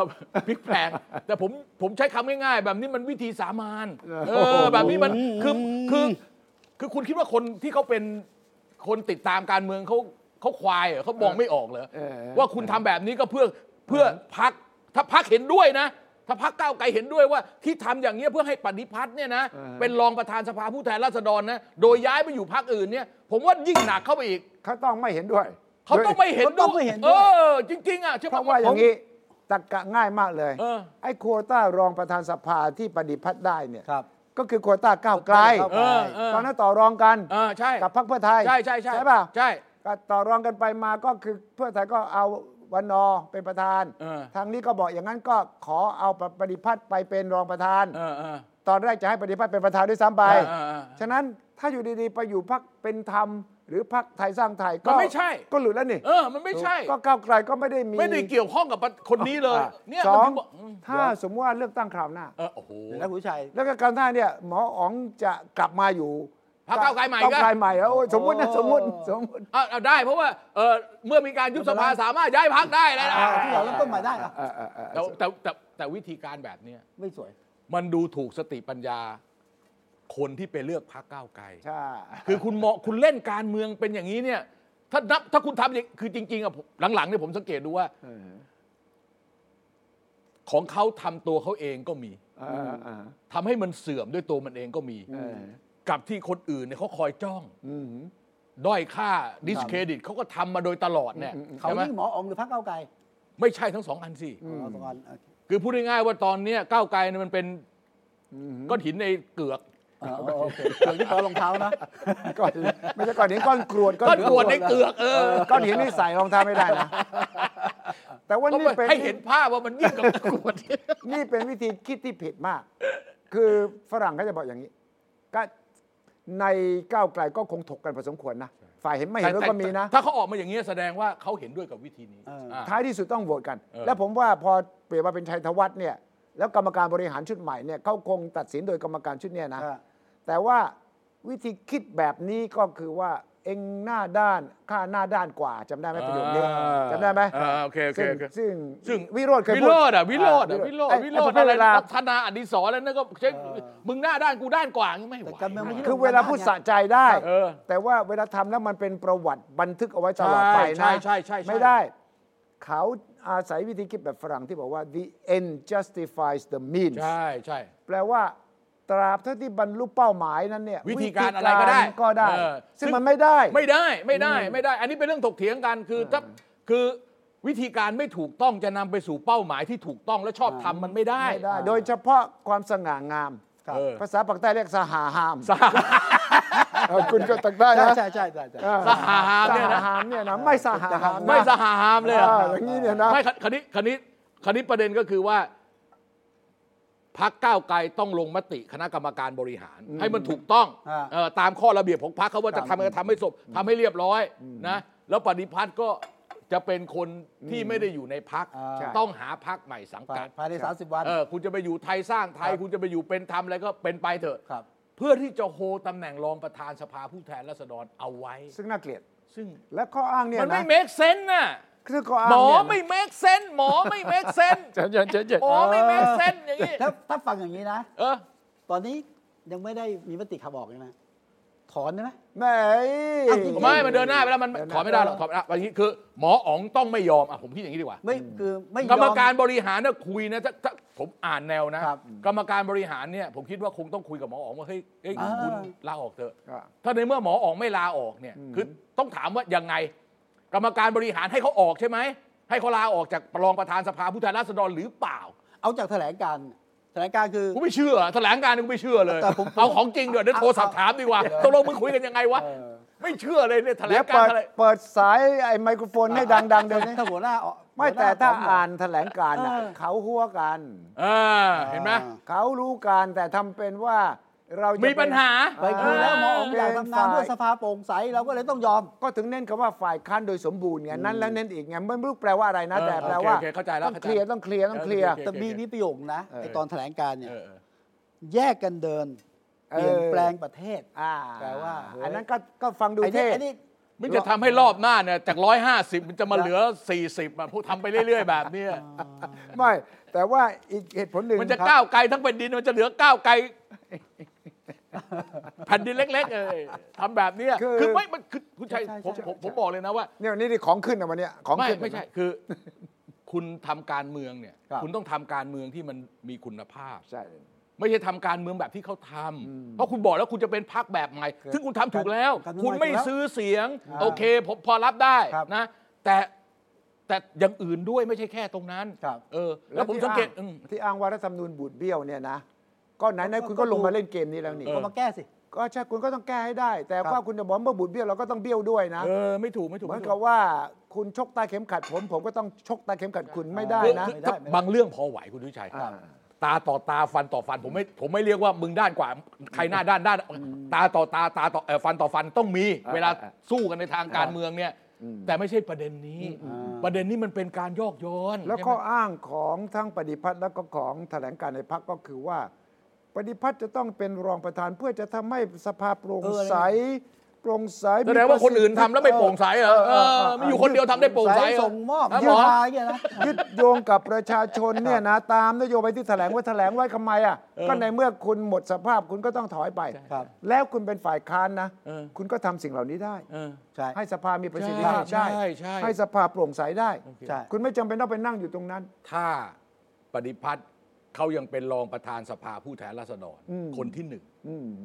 S3: พลิกแพลงแต่ผมผมใช้คำง่ายๆ แบบนี้มันวิธีสามัญเออ แบบนี้มันคือคือ คือคุณคิดว่าคนที่เขาเป็นคนติดตามการเมืองเขาเขาควายเหรอเขามองไม่ออกเหรอ
S2: เออ
S3: ว่าคุณทำแบบนี้ก็เพื่อเพื่อพักถ้าพักเห็นด้วยนะ ถ้าพักก้าวไกลเห็นด้วยว่าที่ทำอย่างเงี้ยเพื่อให้ปฏิพัฒน์เนี่ยนะเป็นรองประธานสภาผู้แทนราษฎรนะโดยย้ายไปอยู่พักอื่นเนี่ย ผมว่ายิ่งหนักเข้าไปอีก
S2: เขาต้องไม่เห็นด้วย
S3: เขาต้องไม่เห็น
S1: เขาต้
S3: ด้
S1: อง
S3: ว
S1: ไม่
S3: ย
S1: เห็นด้
S3: เอ
S1: วย
S3: อ จริง ๆ อ่ะใช่ไห
S2: เพ
S3: ม
S2: ราะว่าอย่างนี้ตะกะง่ายมากเลย
S3: เออ
S2: ไอ้โควต้ารองประธานสภาที่ปฏิพัฒน์ได้เนี่ย
S1: ครับ
S2: ก็คือโควต้าก้าวไกล
S1: ก้าว
S3: เอ
S1: ไกล
S3: อเออ
S2: ตอนนั้นต่อรองกัน
S3: เออใช่
S2: กับพรรคเพื่อไทย
S3: ใช่ใช่ใช่
S2: ใช่ป่ะ
S3: ใช่
S2: ก็ต่อรองกันไปมาก็คือเพื่อไทยก็เอาวันนอร์เป็นประธาน
S3: เออ
S2: ทางนี้ก็บอกอย่างนั้นก็ขอเอาปฏิพัฒน์ไปเป็นรองประธาน
S3: เออเออ
S2: ตอนแรกจะให้ปฏิพัฒน์เป็นประธานด้วยซ้ำไป
S3: เออเออเออ
S2: ฉะนั้นถ้าอยู่ดีๆ ไปอยู่พักเป็นธรรม หรือพักไทยสร้างไทยก็
S3: มันไม่ใช่
S2: ก็หลุดแล้วนี่
S3: เออ มันไม่ใช่
S2: ก็ก้าวไกลก็ไม่ได้มี
S3: ไม่ได้เกี่ยวข้องกับคนนี้เลย
S2: อ่ะ
S3: เนี่ย
S2: สอง
S3: มันถึบอกอืม
S2: ถ้าสมมติว่าเลือกตั้งคราวหน้า
S3: เออโอ้โห
S1: เดี๋ยวนะคุณชัย
S2: แล้วก็คราวหน้าเนี่ยหมออ๋องจะกลับมาอยู่
S3: พรรคก้าวไกลใหม่ก็
S2: ก้าวไกลใหม่เหรอโอ้ยสมมตินะ
S1: โอ้
S2: สมมติสมมติ
S3: เอาเอาได้เพราะว่าเออเมื่อมีการยุบสภาสามารถย้ายพักได้แล้วนะ
S1: อ่าที่เราเริ่มต้นใหม่ได้เหรอ
S3: แต่แต่แต่แต่วิธีการแบบเนี้ย
S1: ไม่สวย
S3: มันดูถูกสติปัญญา คนที่ไปเลือกพักก้าวไกล
S2: ใช่
S3: คือคุณเหมาะคุณเล่นการเมืองเป็นอย่างนี้เนี่ย ถ้านับถ้าคุณทำอย่างคือจริง ๆอะผมหลังๆเนี่ยผมสังเกตดูว่า ของเขาทำตัวเขาเองก็มีทำให้มันเสื่อมด้วยตัวมันเองก็มี กับที่คนอื่นเนี่ยเขาคอยจ้อง ด้อยค่าดิสเครดิตเขาก็ทำมาโดยตลอดเนี่ย
S1: เขา
S3: ใช่ไหม
S1: นี่หมออ๋องหรือพักเก้าวไกล
S3: ไม่ใช่ทั้งสองอันสิ
S1: เอาตรงนั้นโอเค
S3: คือพูดง่ายๆว่าตอนเนี้ยก้าวไกลเนี่ยมันเป็นก้อนหินในเกือก
S1: เออโอเคเดี๋ยวที่เปารองเท้านะ
S2: ก้อนไม่ใช่ก้อนหินก้อนกรวด
S3: ก้อนกรวดในเกือกเอ
S2: เอ
S3: อ
S2: อก้อนหินนี่ใส่รองเท้าไม่ได้นะ แต่ว่า
S3: ก็
S2: นี่
S3: ไป
S2: เป็น
S3: ให้เห็นภาพว่ามันยิ่งกับกรวด
S2: นี่เป็นวิธีคิดที่ผิดมาก คือฝรั่งเขาจะบอกอย่างนี้ก็ในก้าวไกลก็คงถกกันพอสมควรนะ ฝ่ายเห็นไม่เห็นด้วยก็มีนะ
S3: แต่แต่ถ้าเขาออกมาอย่างนี้ยแสดงว่าเขาเห็นด้วยกับวิธีนี้
S1: เอออ่
S3: า
S2: ท้ายที่สุดต้องโหวตกัน
S3: เออ
S2: แล้วผมว่าพอเปลี่ยนมาเป็นชัยธวัฒน์เนี่ย แล้วกรรมการบริหารชุดใหม่เนี่ยเขาคงตัดสินโดยกรรมการชุดเนี้ยนะ
S1: เออ
S2: แต่ว่าวิธีคิดแบบนี้ก็คือว่าเองหน้าด้านข้าหน้าด้านกว่าจำได้ไหมประโยคนี้
S3: อ่า
S2: จำได้ไหม
S3: อ่าโอเคโอเค
S2: ซึ่ง
S3: โอเค
S2: ซึ่ง
S3: ซึ่ง
S2: วิโรธเคย
S3: วิ
S2: พูด
S3: โรจน์อ่ะวิโรจน์อ่ะ
S2: า
S3: วิโรจ
S2: ไ
S3: น์วิโรจน์
S2: ไผม
S3: อะไร
S2: เวลา
S3: พัฒนาอดิศรแล้วนั่นก็เช็คมึงหน้าด้านกูด้านกว่างี้ไม่ไหว
S1: แต่การเมืองมันยิ่ง
S2: คือเวลาพูดสะใจได้
S3: เออ
S2: แต่ว่าเวลาทำแล้วมันเป็นประวัติบันทึกเอาไว้ตลอดไป
S3: ใช่
S2: นะ
S3: ใช่ใช่ใช่
S2: ไม่ได้ เขาอาศัยวิธีคิดแบบฝรั่งที่บอกว่า the end justifies the means
S3: ใช่ใช่
S2: แปลว่า ตราบเท่าที่บรรลุเป้าหมายนั้นเนี่ย
S3: วิธีการอะไรก็ได้
S2: วิธีารก็ได้
S3: เออ
S2: ซึ่ง
S3: ซึ่ง
S2: มันไม่ได้
S3: ไม่ได้ไม่ได้ไม่ได้ อันนี้เป็นเรื่องถกเถียงกันคือถ้าคือวิธีการไม่ถูกต้องจะนำไปสู่เป้าหมายที่ถูกต้องและชอบทำมันไม่ได้
S2: ไม่ได้ โดยเฉพาะความสง่างาม
S1: ครับ
S3: เออ
S2: ภาษาปากใต้เรียกสหาหามเออคุณก็ตักได้
S1: ใช่
S2: นะ
S1: ใช่ใช่ใช่ใช่
S2: เออ
S3: สหาหามเนี่ย
S2: สหา
S3: นะ
S2: หามเนี่ยนะไม่สหาหามนะ
S3: ไม่สหาหามเลยเหร
S2: เอ
S3: อ
S2: ออย่างนี้เนี่ยนะ
S3: ไม่คคันนี้คันนี้คันนี้ประเด็นก็คือว่า พักก้าวไกลต้องลงมติคณะกรรมการบริหาร ให้มันถูกต้อง
S1: า
S3: เออตามข้อระเบียบของพักเขาว่าจะทำก็ทำให้สบทำให้เรียบร้อยนะแล้วปฏิพัฒน์ก็จะเป็นคนที่ไม่ได้อยู่ในพัก
S1: อ่า
S2: ใช่
S3: ต้องหาพักใหม่สัง
S1: ภา
S3: กั
S1: ย
S3: ด
S1: ภายใน 30 วัน
S3: เออคุณจะไปอยู่ไทยสร้างไทย คุณจะไปอยู่เป็นธรรมอะไรก็เป็นไปเถอะ
S1: ครับ
S3: เพื่อที่จะโฮตำแหน่งรองประธานสภาผู้แทนราษฎรเอาไว้
S2: ซึ่งน่าเกลียด
S3: ซึ่ง
S2: และข้ออ้างเนี่ย
S3: มัน
S2: นะ
S3: ไม่เมคเซนน่ะ
S2: ซึ่งข้ออ้าง
S3: หมอ
S2: เนี่ยนะ
S3: ไม่เมคเซนหมอไม่เมคเซน
S6: เฉยเฉยเฉย
S3: หมอไม่เมคเซนอย่างนี้
S1: ถ้าถ้าฟังอย่างนี้นะ
S3: เออ
S1: ตอนนี้ยังไม่ได้มีมติขับออกเลยนะ ถอนได้ไหม
S2: ไหน
S1: เอาจริง
S3: ไม่ มันเดินหน้าไปแล้วมัน
S2: เดินหน้า
S3: ถอนไม่ได้หรอกถอนไม่ได้อย่างนี้คือ หมออ๋องต้องไม่ยอมอ่ะผมคิดอย่างนี้ดีกว่า
S1: ไม่คือไม่ยอม
S3: กรรมการบริหารน่ะคุยนะถ้าถ้าผมอ่านแนวนะ
S1: ครับ
S3: กรรมการบริหารเนี่ยผมคิดว่าคงต้องคุยกับหมออ๋องว่าเฮ้ยเฮ้ยคุณลาออกเถอะ
S2: อ่ะ
S3: ถ้าในเมื่อหมออ๋องไม่ลาออกเนี่ย คือต้องถามว่ายังไง กรรมการบริหารให้เขาออกใช่ไหม ให้เขาลาออกจากรองประธานสภาผู้แทนราษฎรหรือเปล่า
S1: เอาจากแถลงการณ์แถลงการณ์คือ
S3: กูไม่เชื่อแถลงการณ์กูไม่เชื่อเลย
S1: แต่ผม
S3: เอาของจริงเดี๋ยวเดี๋ยวโทรสอบถามดีกว่าตกลงมึงคุยกันยังไงวะ
S1: เออ
S3: ไม่เชื่อเลยเนี่ยแถล
S2: เดี๋ยว
S3: งกา
S2: เปิด
S3: รณ์อะไร
S2: เปิดสายไอ้ไมโครโฟนให้ดัง ๆ เดี๋ยว นี้
S1: ถ้าหัวหน้าออก
S2: ไม่
S1: หัวหน้
S2: แต่ถ้า
S1: ถมหย
S2: อ่านแถลงการณ์น่ะ
S1: เออ
S2: เขาหัวกัน
S3: อ่าเห็นไหม
S2: เขารู้การแต่ทำเป็นว่าเราจะ
S3: มีปัญหา
S1: ไปคุยแล้วหมอออกอยากทำงานเพื่อสภาโปร่งใสเราก็เลยต้องยอม
S2: ก็ถึงเน้นคำว่าฝ่ายค้านโดยสมบูรณ์ไงนั้นแล้วเน้นอีกไงไม่รู้แปลว่าอะไรนะ
S3: เออ
S2: แต่แปลว่า
S3: โอเคโอเคเข้าใจแล้ว
S2: ต้องเคลียร์ต้องเคลียร์ต้องเคลียร์
S3: โอค
S1: แต่มีมีประโยคนะไอตอนแถลงการณ์เนี่ย
S3: เออเออ
S1: แยกกันเดิน
S2: เออ
S1: เปลี่ยนแปลงประเทศ
S2: อ่า
S1: แปลว่า
S2: อันนั้นก็ก็ฟังดู
S1: ไอ้นี่
S2: เท่
S1: ไอ้นี่
S3: มันจะทำให้รอบหน้าเนี่ยจากร้อยห้าสิบมันจะมาเหลือสี่สิบอ่ะพวกทำไปเรื่อยๆแบบเนี้ย
S2: ไม่แต่ว่าอีกเหตุผลหนึ่ง
S3: มันจะ
S2: ครับ
S3: ก้าวไกลทั้งแผ่นดินมันจะเหลือก้าวไกล แผ่นดินเล็ก ๆ เอ้ยทำแบบเนี้ย
S2: คือ
S3: คือไม่มันคือคุณชัยผมผมผมบอกเลยนะว่า
S2: เนี่ยวันนี่นี่ของขึ้นอะวันเนี้ยของ
S3: ไม่
S2: ขึ้น
S3: ไม่ใช่คือ คุณทำการเมืองเนี่ย
S2: ครับ
S3: คุณต้องทำการเมืองที่มันมีคุณภาพ
S2: ใช่
S3: ไม่ใช่ทำการเมืองแบบที่เขาทำเพราะคุณบอกแล้วคุณจะเป็นพักแบบใหม่ ซึ่งคุณทำถูกแล้ว
S1: การเมือง
S3: คุณไม่
S1: ใหม่ถูกแล้ว
S3: ซื้อเสียง
S2: อ่า
S3: โอเค ผมพอรับได้
S2: ครับ
S3: นะ แต่แต่อย่างอื่นด้วยไม่ใช่แค่ตรงนั้น
S2: ครับ
S3: เออ แล้วผมสังเกต
S2: ที่อ้า
S3: อืม
S2: ที่อ้างว่ารัฐธรรมนูญบูดเบี้ยวเนี่ยนะก็ไหนๆคุณก็ลงมาเล่นเกมนี้แล้วนี่
S3: เออ
S1: ก็มาแก้สิ
S2: ก็ใช่คุณก็ต้องแก้ให้ได้ แต่
S1: ครับ
S2: ว่าคุณจะบอกว่าบูดเบี้ยวเราก็ต้องเบี้ยวด้วยนะ
S3: เออ ไม่ถูกไม่ถูก
S2: เหมือน
S3: ไม่ถู
S2: กับว่าคุณชกใต้เข็มขัดผม ผมก็ต้องชกใต้เข็มขัดคุณไม่ได้
S3: คือ
S2: นะ
S3: คือ
S1: ไม่ได้
S3: ถ้า
S1: ไม่ได้
S3: บางเรื่องพอไหวคุณดุชัย
S2: อ่า
S3: ตาต่อตาฟันต่อฟันผมไม่ผมไม่เรียกว่ามึงด้านกว่าใครหน้าด้านด้าน ตาต่อตาตาต่อเอ่อฟันต่อฟันต้องมี เวลาสู้กันในทางการเมืองเนี่ย แต่ไม่ใช่ประเด็นนี้ ประเด็นนี้มันเป็นการยอกย้อน
S2: แล้วข้ออ้างของทั้งปฏิพัฒน์แล้วก็ของแถลงการณ์ในพักก็คือว่า ปฏิพัฒน์จะต้องเป็นรองประธานเพื่อจะทำให้สภาโปร่ง
S1: เออ
S2: ใสโปร่งใส
S3: แสดงว่าคนอื่นทำแล้วไม่โปร่งใสเหรอเออมีอยู่คนเดียวทำได้โปร่งใสเหรอ
S1: ส่งมอบ
S3: ครับ
S1: เยื่อ
S3: หมอ
S1: พาอย่างเงี้ยนะ
S2: ยึดโยงกับประชาชนเนี่ยนะตามนโยบายที่แถลงไว่าแถลงไว้ทำไมอ่ะก็ในเมื่อคุณหมดสภาพคุณก็ต้องถอยไป
S1: ครับ
S2: แล้วคุณเป็นฝ่ายค้านนะ
S3: เออ
S2: คุณก็ทำสิ่งเหล่านี้ได้
S3: เออ
S1: ใช่
S2: ให้สภามีประสิทธิภาพได้
S3: ใช่ใช่
S2: ให้สภาโปร่งใสได้
S1: ใช่
S2: คุณไม่จำเป็นต้องไปนั่งอยู่ตรงนั้น
S3: ถ้าปฏิพัฒน์เขายังเป็นรองประธานสภาผู้แทนราษฎรคนที่หนึ่ง
S2: อืม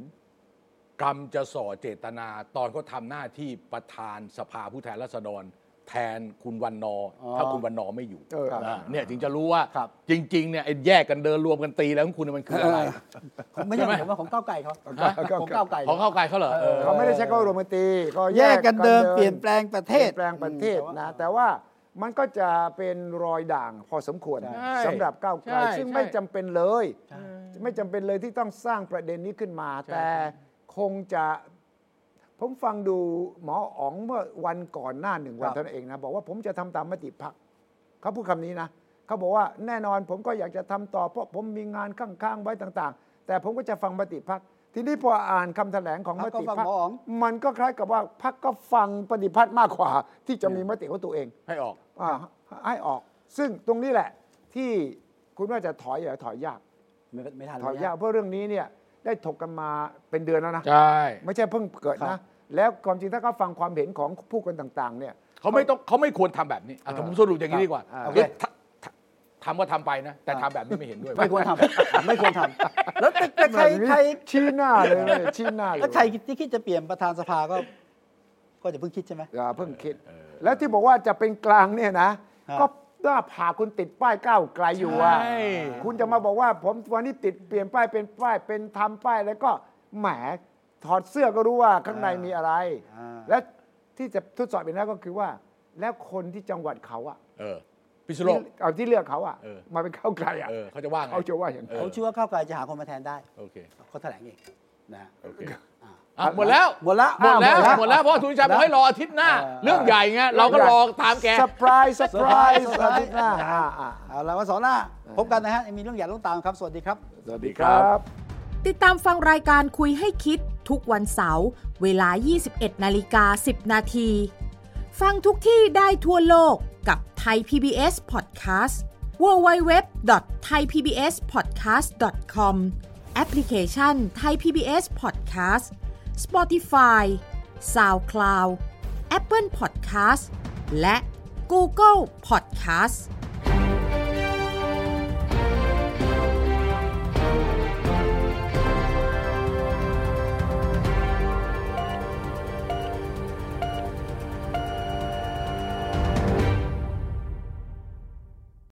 S3: กรรมจะส่อเจตนาตอนเขาทำหน้าที่ประธานสภาผู้แทนราษฎร แทนคุณวันนอร์
S1: อ๋อ
S3: ถ้าคุณวันนอร์ไม่อยู่
S2: เออ
S3: นะเนี่ยถึงจะรู้ว่า
S1: ครับ
S3: จริงๆเนี่ยไอ้แยกกันเดินรวมกันตีแล้วของคุณมันคืออะไร
S1: ของไม่ใช่
S3: ใช่ไหม
S1: ผมว่าของก้าวไก่เขา
S2: ฮะ
S1: ของก้าวไก่
S3: ของเข้าไกลเขาเหรอเออ
S2: เขาไม่ได้ใช้คำว่าโรแมนติกก็
S1: แยกกันเดินเปลี่ยนแปลงประเทศ
S2: เปลี่ยนแปลงประเทศนะ แต่ว่ามันก็จะเป็นรอยด่างพอสมควร
S3: ใช่
S2: สำหรับก้าวไกล
S3: ใช่
S2: ซึ่ง
S3: ใช่
S2: ไม่จำเป็นเลย ไม่จำเป็นเลยที่ต้องสร้างประเด็นนี้ขึ้นมา แต่คงจะผมฟังดูหมออ๋องเมื่อวันก่อนหน้าหนึ่งวั
S1: ค
S2: น
S1: รับ
S2: เท่านั้นเองนะ บอกว่าผมจะทำตามมติพักเขาพูดคำนี้นะเขาบอกว่าแน่นอนผมก็อยากจะทำต่อเพราะผมมีงานข้างๆไว้ต่าง ๆ แต่ผมก็จะฟังมติพักทีนี้พออ่านคำแถลงของ ขอ
S1: พรรคก็
S2: งมติ
S1: ฟัง
S2: พัก
S1: หมออ๋อง
S2: มันก็คล้ายกับว่าพักก็ฟังปฏิพัฒน์มากกว่า ที่จะมีมติของตัวเอง
S3: ให้ออก
S2: อาให้ออก ซึ่งตรงนี้แหละที่คุณว่าจะถอยเหรอถอยยาก
S1: ไม่ไม่ทัน
S2: ถอย
S1: แล้วนะ
S2: ยากเพราะเรื่องนี้เนี่ยได้ถกกันมาเป็นเดือนแล้วนะ
S3: ใช่
S2: ไม่ใช่เพิ่งเกิด
S1: ครั
S2: นะ
S1: บ
S2: แล้วความจริงถ้าเขาฟังความเห็นของผู้คนต่างๆ เนี่ย
S3: เขาไม่ต้องเขาไม่ควรทำแบบนี้อ่ะแต่ผมสรุปอย่างนี้ดีกว่า
S2: อ่าโอเค
S3: คือถ้าถ้าทำก็ทำไปนะ แต่ทำแบบนี้ไม่เห็นด้วย
S1: ไม่ควรทำไม่ควรทำแล้วแต่แต่ใครใคร
S2: ชี้หน้าเลยเนี่ยชี้หน้าเลย
S1: แล้วใครที่คิดจะเปลี่ยนประธานสภาก็ ก็จะเพิ่งคิดใช่ไหม
S2: อย่าเพิ่งคิด แล้วที่บอกว่าจะเป็นกลางเนี่ยนะ
S1: ครับ
S2: ก็น่าพาคุณติดป้ายก้าวไกลอยู่อ่ะ
S3: ใช่
S2: คุณจะมาบอกว่าผมวันนี้ติดเปลี่ยนป้ายเป็นป้ายเป็นทำป้ายแล้วก็แหมถอดเสื้อก็รู้ว่าข้างในมีอะไร
S1: อ่า
S2: และที่จะทดสอบอีกนะก็คือว่า แล้วคนที่จังหวัดเขาอะ
S3: เออพิษณุโลก
S2: ที่เอาที่เลือกเขาอะ
S3: เออ
S2: มาเป็นข้าวไกลอะ
S3: เออเขาจะว่าไง
S2: เขาจะว่าอย่างไง
S1: เขาเชื่อว่าก้าวไกลจะหาคนมาแทนได้
S3: โอเค
S1: เขาแถลงเองนะฮะ
S3: โอเคอ่ะหมดแล้ว
S1: หมดละ
S3: หมดแล้ว
S1: อ่ะ
S3: หมดแล้ว เพราะว่าทุนชัยบอกให้รออาทิตย์หน้า
S1: เออ
S3: เรื่องใหญ่ไง เราก็รอตามแก
S2: เซอร์ไพรส์เซอร์ไพรส์อาทิตย์หน้าอ่าอ่า
S1: เอาละวันเสาร์หน้าพบกันนะฮะยังมีเรื่องใหญ่ต้องตามครับ สวัสดีครับ
S2: ครับ
S7: ติดตามฟังรายการคุยให้คิดทุกวันเสาร์เวลา 21นาฬิกา10 นาที ฟังทุกที่ได้ทั่วโลกกับ t h a i PBS Podcast www.thaipbspodcast.com แอปพลิเคชัน t h a i PBS Podcast Spotify SoundCloud Apple Podcast และ Google Podcast